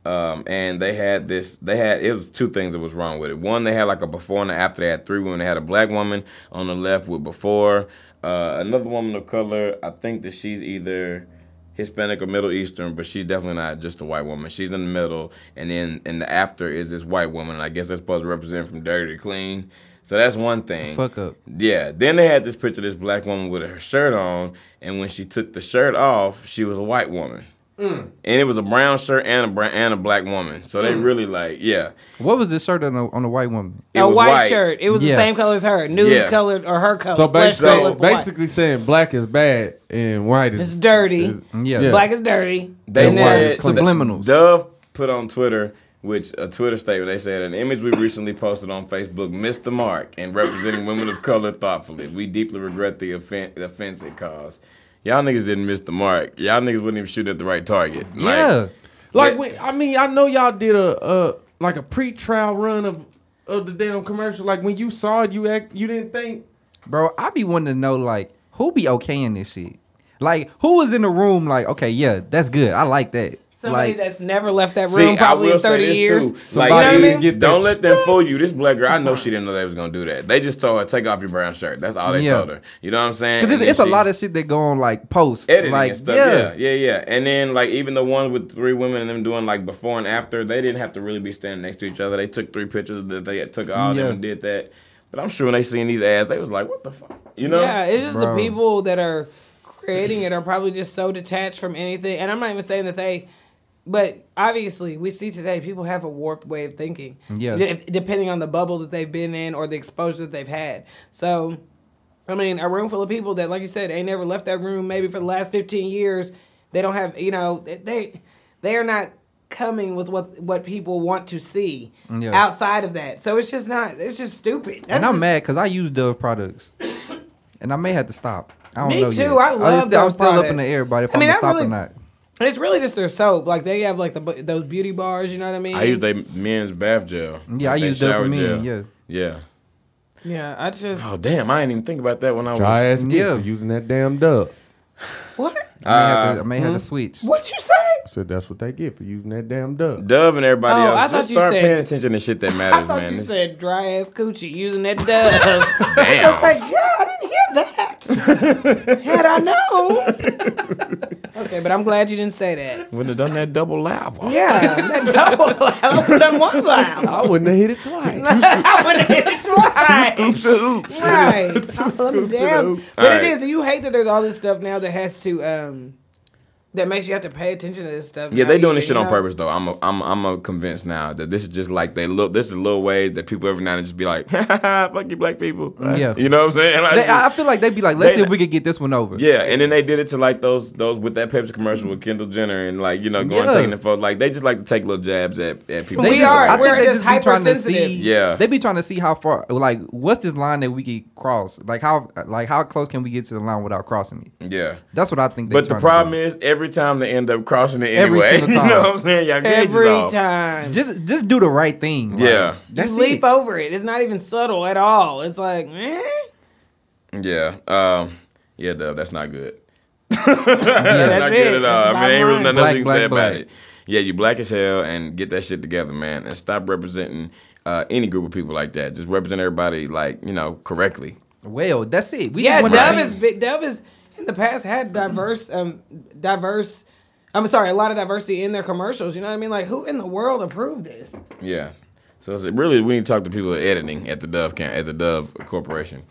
Speaker 1: Um, and they had this. They had it was two things that was wrong with it. One, they had like a before and an after. They had three women. They had a black woman on the left with before. Uh, another woman of color. I think that she's either Hispanic or Middle Eastern, but she's definitely not just a white woman. She's in the middle, and then in the after is this white woman. And I guess that's supposed to represent from dirty to clean. So that's one thing.
Speaker 4: Fuck up.
Speaker 1: Yeah. Then they had this picture of this black woman with her shirt on, and when she took the shirt off, she was a white woman. And it was a brown shirt and a brown, and a black woman. So they really like, yeah.
Speaker 4: What was this shirt on a, on a white woman?
Speaker 1: It
Speaker 2: a
Speaker 1: was
Speaker 2: white, shirt. It was the
Speaker 4: Yeah.
Speaker 2: same color as her, nude
Speaker 1: Yeah.
Speaker 2: colored or her color.
Speaker 5: So
Speaker 2: flesh
Speaker 5: basically,
Speaker 2: colored for white.
Speaker 5: basically saying black is bad and white is
Speaker 2: it's dirty.
Speaker 4: Yeah.
Speaker 5: Yeah.
Speaker 2: Black is dirty.
Speaker 1: They
Speaker 4: And
Speaker 1: said
Speaker 4: then- Subliminals.
Speaker 1: Dove put on Twitter, which a Twitter statement, they said an image we recently posted on Facebook missed the mark in representing women of color thoughtfully. We deeply regret the offense, the offense it caused. Y'all niggas didn't miss the mark. Y'all niggas wouldn't even shoot at the right target. Like,
Speaker 4: Yeah.
Speaker 5: Like when, I mean, I know y'all did a uh like a pre-trial run of of the damn commercial. Like when you saw it, you act you didn't think
Speaker 4: Bro, I be wanting to know like who be okaying this shit. Like who was in the room? Like okay, yeah, that's good. I like that.
Speaker 2: Somebody
Speaker 4: like
Speaker 2: that's never left that
Speaker 1: See,
Speaker 2: room
Speaker 1: I
Speaker 2: probably
Speaker 1: will
Speaker 2: in
Speaker 1: say
Speaker 2: 30
Speaker 1: this
Speaker 2: years.
Speaker 1: Too.
Speaker 5: Somebody
Speaker 1: like,
Speaker 2: didn't
Speaker 1: you-
Speaker 5: get
Speaker 1: don't
Speaker 5: that
Speaker 1: let them fool you. This black girl, I know she didn't know they was gonna do that. They just told her take off your brown shirt. That's all they
Speaker 4: Yeah.
Speaker 1: told her. You know what I'm saying?
Speaker 4: because it's,
Speaker 1: And then
Speaker 4: it's a
Speaker 1: she-
Speaker 4: lot of shit that go on like post.
Speaker 1: editing
Speaker 4: like
Speaker 1: and stuff. Yeah. yeah, yeah, And then like even the one with three women and them doing like before and after, they didn't have to really be standing next to each other. They took three pictures. of this. They took all of
Speaker 4: Yeah.
Speaker 1: them and did that. But I'm sure when they seen these ads, they was like, "What the fuck?" You know?
Speaker 2: Yeah, it's just
Speaker 4: Bro.
Speaker 2: the people that are creating it are probably just so detached from anything. And I'm not even saying that they, but obviously we see today people have a warped way of thinking.
Speaker 4: Yeah.
Speaker 2: de- depending on the bubble that they've been in or the exposure that they've had. So, I mean, a room full of people that, like you said, ain't never left that room maybe for the last 15 years. They don't have, you know, they- they they are not coming with what what people want to see
Speaker 4: Yeah.
Speaker 2: outside of that. So it's just not. It's just stupid.
Speaker 4: And
Speaker 2: That's
Speaker 4: I'm
Speaker 2: just-
Speaker 4: mad because I use Dove products, and I may have to stop. I don't
Speaker 2: Me
Speaker 4: know
Speaker 2: too.
Speaker 4: yet.
Speaker 2: I love
Speaker 4: I'm still, I'm
Speaker 2: Dove
Speaker 4: still up in the
Speaker 2: products.
Speaker 4: air about if
Speaker 2: I mean,
Speaker 4: I'm
Speaker 2: I
Speaker 4: gonna stop
Speaker 2: really-
Speaker 4: or not.
Speaker 2: And it's really just their soap. Like they have like the bu- those beauty bars. You know what I mean?
Speaker 1: I use their men's bath gel.
Speaker 4: Yeah, I
Speaker 1: They
Speaker 4: use that for
Speaker 1: shower gel.
Speaker 4: men, yeah.
Speaker 1: yeah.
Speaker 2: yeah, I just
Speaker 1: Oh damn! I didn't even think about that when I was.
Speaker 5: dry ass
Speaker 4: Yeah.
Speaker 5: yeah. for using that damn duck.
Speaker 2: what?
Speaker 4: I may, have, to, I may
Speaker 2: Hmm?
Speaker 4: have to switch.
Speaker 2: What you say?
Speaker 5: So that's what they get for using that damn duck.
Speaker 1: Dove and everybody
Speaker 2: Oh,
Speaker 1: else,
Speaker 2: I thought
Speaker 1: just
Speaker 2: you
Speaker 1: start
Speaker 2: said-
Speaker 1: paying attention to shit that
Speaker 2: I
Speaker 1: matters,
Speaker 2: thought
Speaker 1: man.
Speaker 2: you
Speaker 1: It's-
Speaker 2: said dry ass coochie using that dove. I was
Speaker 1: damn.
Speaker 2: like, yeah, I didn't hear that. Had I known. okay, but I'm glad you didn't say that.
Speaker 1: Wouldn't have done that double lava.
Speaker 2: Yeah, that double I would've done one loud.
Speaker 5: I wouldn't have hit it twice.
Speaker 2: I would have hit it twice.
Speaker 1: Oops, oops.
Speaker 2: Right. I'm damn.
Speaker 1: hoops.
Speaker 2: But
Speaker 1: Alright.
Speaker 2: it is. You hate that there's all this stuff now that has to um that makes you have to pay attention to this stuff.
Speaker 1: Yeah,
Speaker 2: now
Speaker 1: they doing
Speaker 2: either,
Speaker 1: this shit
Speaker 2: you
Speaker 1: on
Speaker 2: know?
Speaker 1: purpose though. I'm a, I'm I'm a convinced now that this is just like they look. This is little ways that people every now and then just be like, "Fuck you, black people." Like,
Speaker 4: Yeah.
Speaker 1: you know what I'm saying? Like,
Speaker 4: They, I I feel like they'd be like, let's
Speaker 1: They-
Speaker 4: see if we could get this one over.
Speaker 1: yeah, and then they did it to like those those with that Pepsi commercial with Kendall Jenner and like you know going
Speaker 4: Yeah.
Speaker 1: taking the photo. Like they just like to take little jabs at, at people.
Speaker 2: They
Speaker 1: Which
Speaker 2: just-
Speaker 1: is
Speaker 2: are.
Speaker 1: all right.
Speaker 2: We're
Speaker 4: they
Speaker 2: just
Speaker 4: be trying to
Speaker 2: hypersensitive.
Speaker 4: see-
Speaker 1: Yeah.
Speaker 4: They be trying to see how far, like, what's this line that we could cross? Like, how, like, how close can we get to the line without crossing it?
Speaker 1: yeah.
Speaker 4: That's what I think. they
Speaker 1: But the
Speaker 4: trying to
Speaker 1: problem
Speaker 4: do.
Speaker 1: is every time they end up crossing it
Speaker 4: Every
Speaker 1: anyway.
Speaker 4: single
Speaker 1: you
Speaker 4: time.
Speaker 1: know what I'm saying? Y'all gauges
Speaker 2: every
Speaker 1: off.
Speaker 2: time.
Speaker 4: just, just do the right thing. Like,
Speaker 1: Yeah.
Speaker 4: that's
Speaker 2: you leap
Speaker 4: it.
Speaker 2: over it. It's not even subtle at all. It's like, eh?
Speaker 1: Yeah. Um, yeah, Dub, that's not good.
Speaker 2: that's
Speaker 1: not
Speaker 2: it.
Speaker 1: good at all.
Speaker 2: That's
Speaker 1: I mean, ain't really
Speaker 2: bottom line.
Speaker 1: nothing else you can
Speaker 4: Black,
Speaker 1: say
Speaker 4: black,
Speaker 1: about
Speaker 4: black.
Speaker 1: it. Yeah, you black as hell, and get that shit together, man, and stop representing uh, any group of people like that. Just represent everybody, like you know, correctly.
Speaker 4: Well, that's it. We
Speaker 2: Yeah,
Speaker 4: just want
Speaker 2: Dove
Speaker 4: to
Speaker 2: is big. Dove is in the past had diverse, um, diverse. I'm sorry, a lot of diversity in their commercials. You know what I mean? Like, who in the world approved this?
Speaker 1: Yeah. So it's- really, we need to talk to people at editing at the Dove camp, at the Dove Corporation.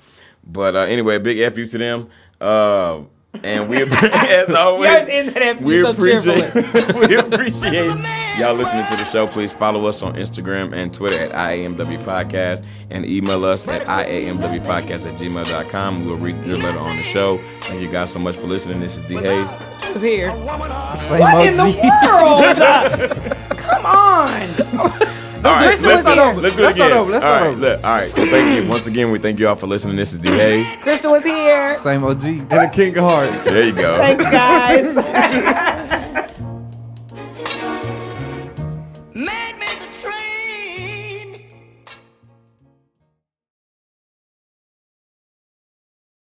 Speaker 1: But uh, anyway, big f you to them. Uh, and we as always
Speaker 2: Yes, in that F you
Speaker 1: we
Speaker 2: so
Speaker 1: appreciate we appreciate y'all listening to the show. Please follow us on Instagram and Twitter at IAMW Podcast and email us at IAMWpodcast at gmail.com. We'll read your letter on the show. Thank you guys so much for listening. This is D Hayes.
Speaker 2: It's here.
Speaker 3: Woman,
Speaker 4: say
Speaker 2: What
Speaker 4: Mo
Speaker 2: in the
Speaker 4: G.
Speaker 2: world? Come on.
Speaker 1: All right,
Speaker 2: Kristen was
Speaker 1: start
Speaker 2: here.
Speaker 1: over. Let's do
Speaker 4: Let's
Speaker 1: it again.
Speaker 4: start over. Let's
Speaker 1: All
Speaker 4: start
Speaker 1: right,
Speaker 4: over.
Speaker 1: look, all right. Thank you once again. We thank you all for listening. This is D Hayes.
Speaker 2: Crystal was here.
Speaker 4: Same OG.
Speaker 5: And the king of hearts.
Speaker 1: There you go.
Speaker 2: Thanks, guys.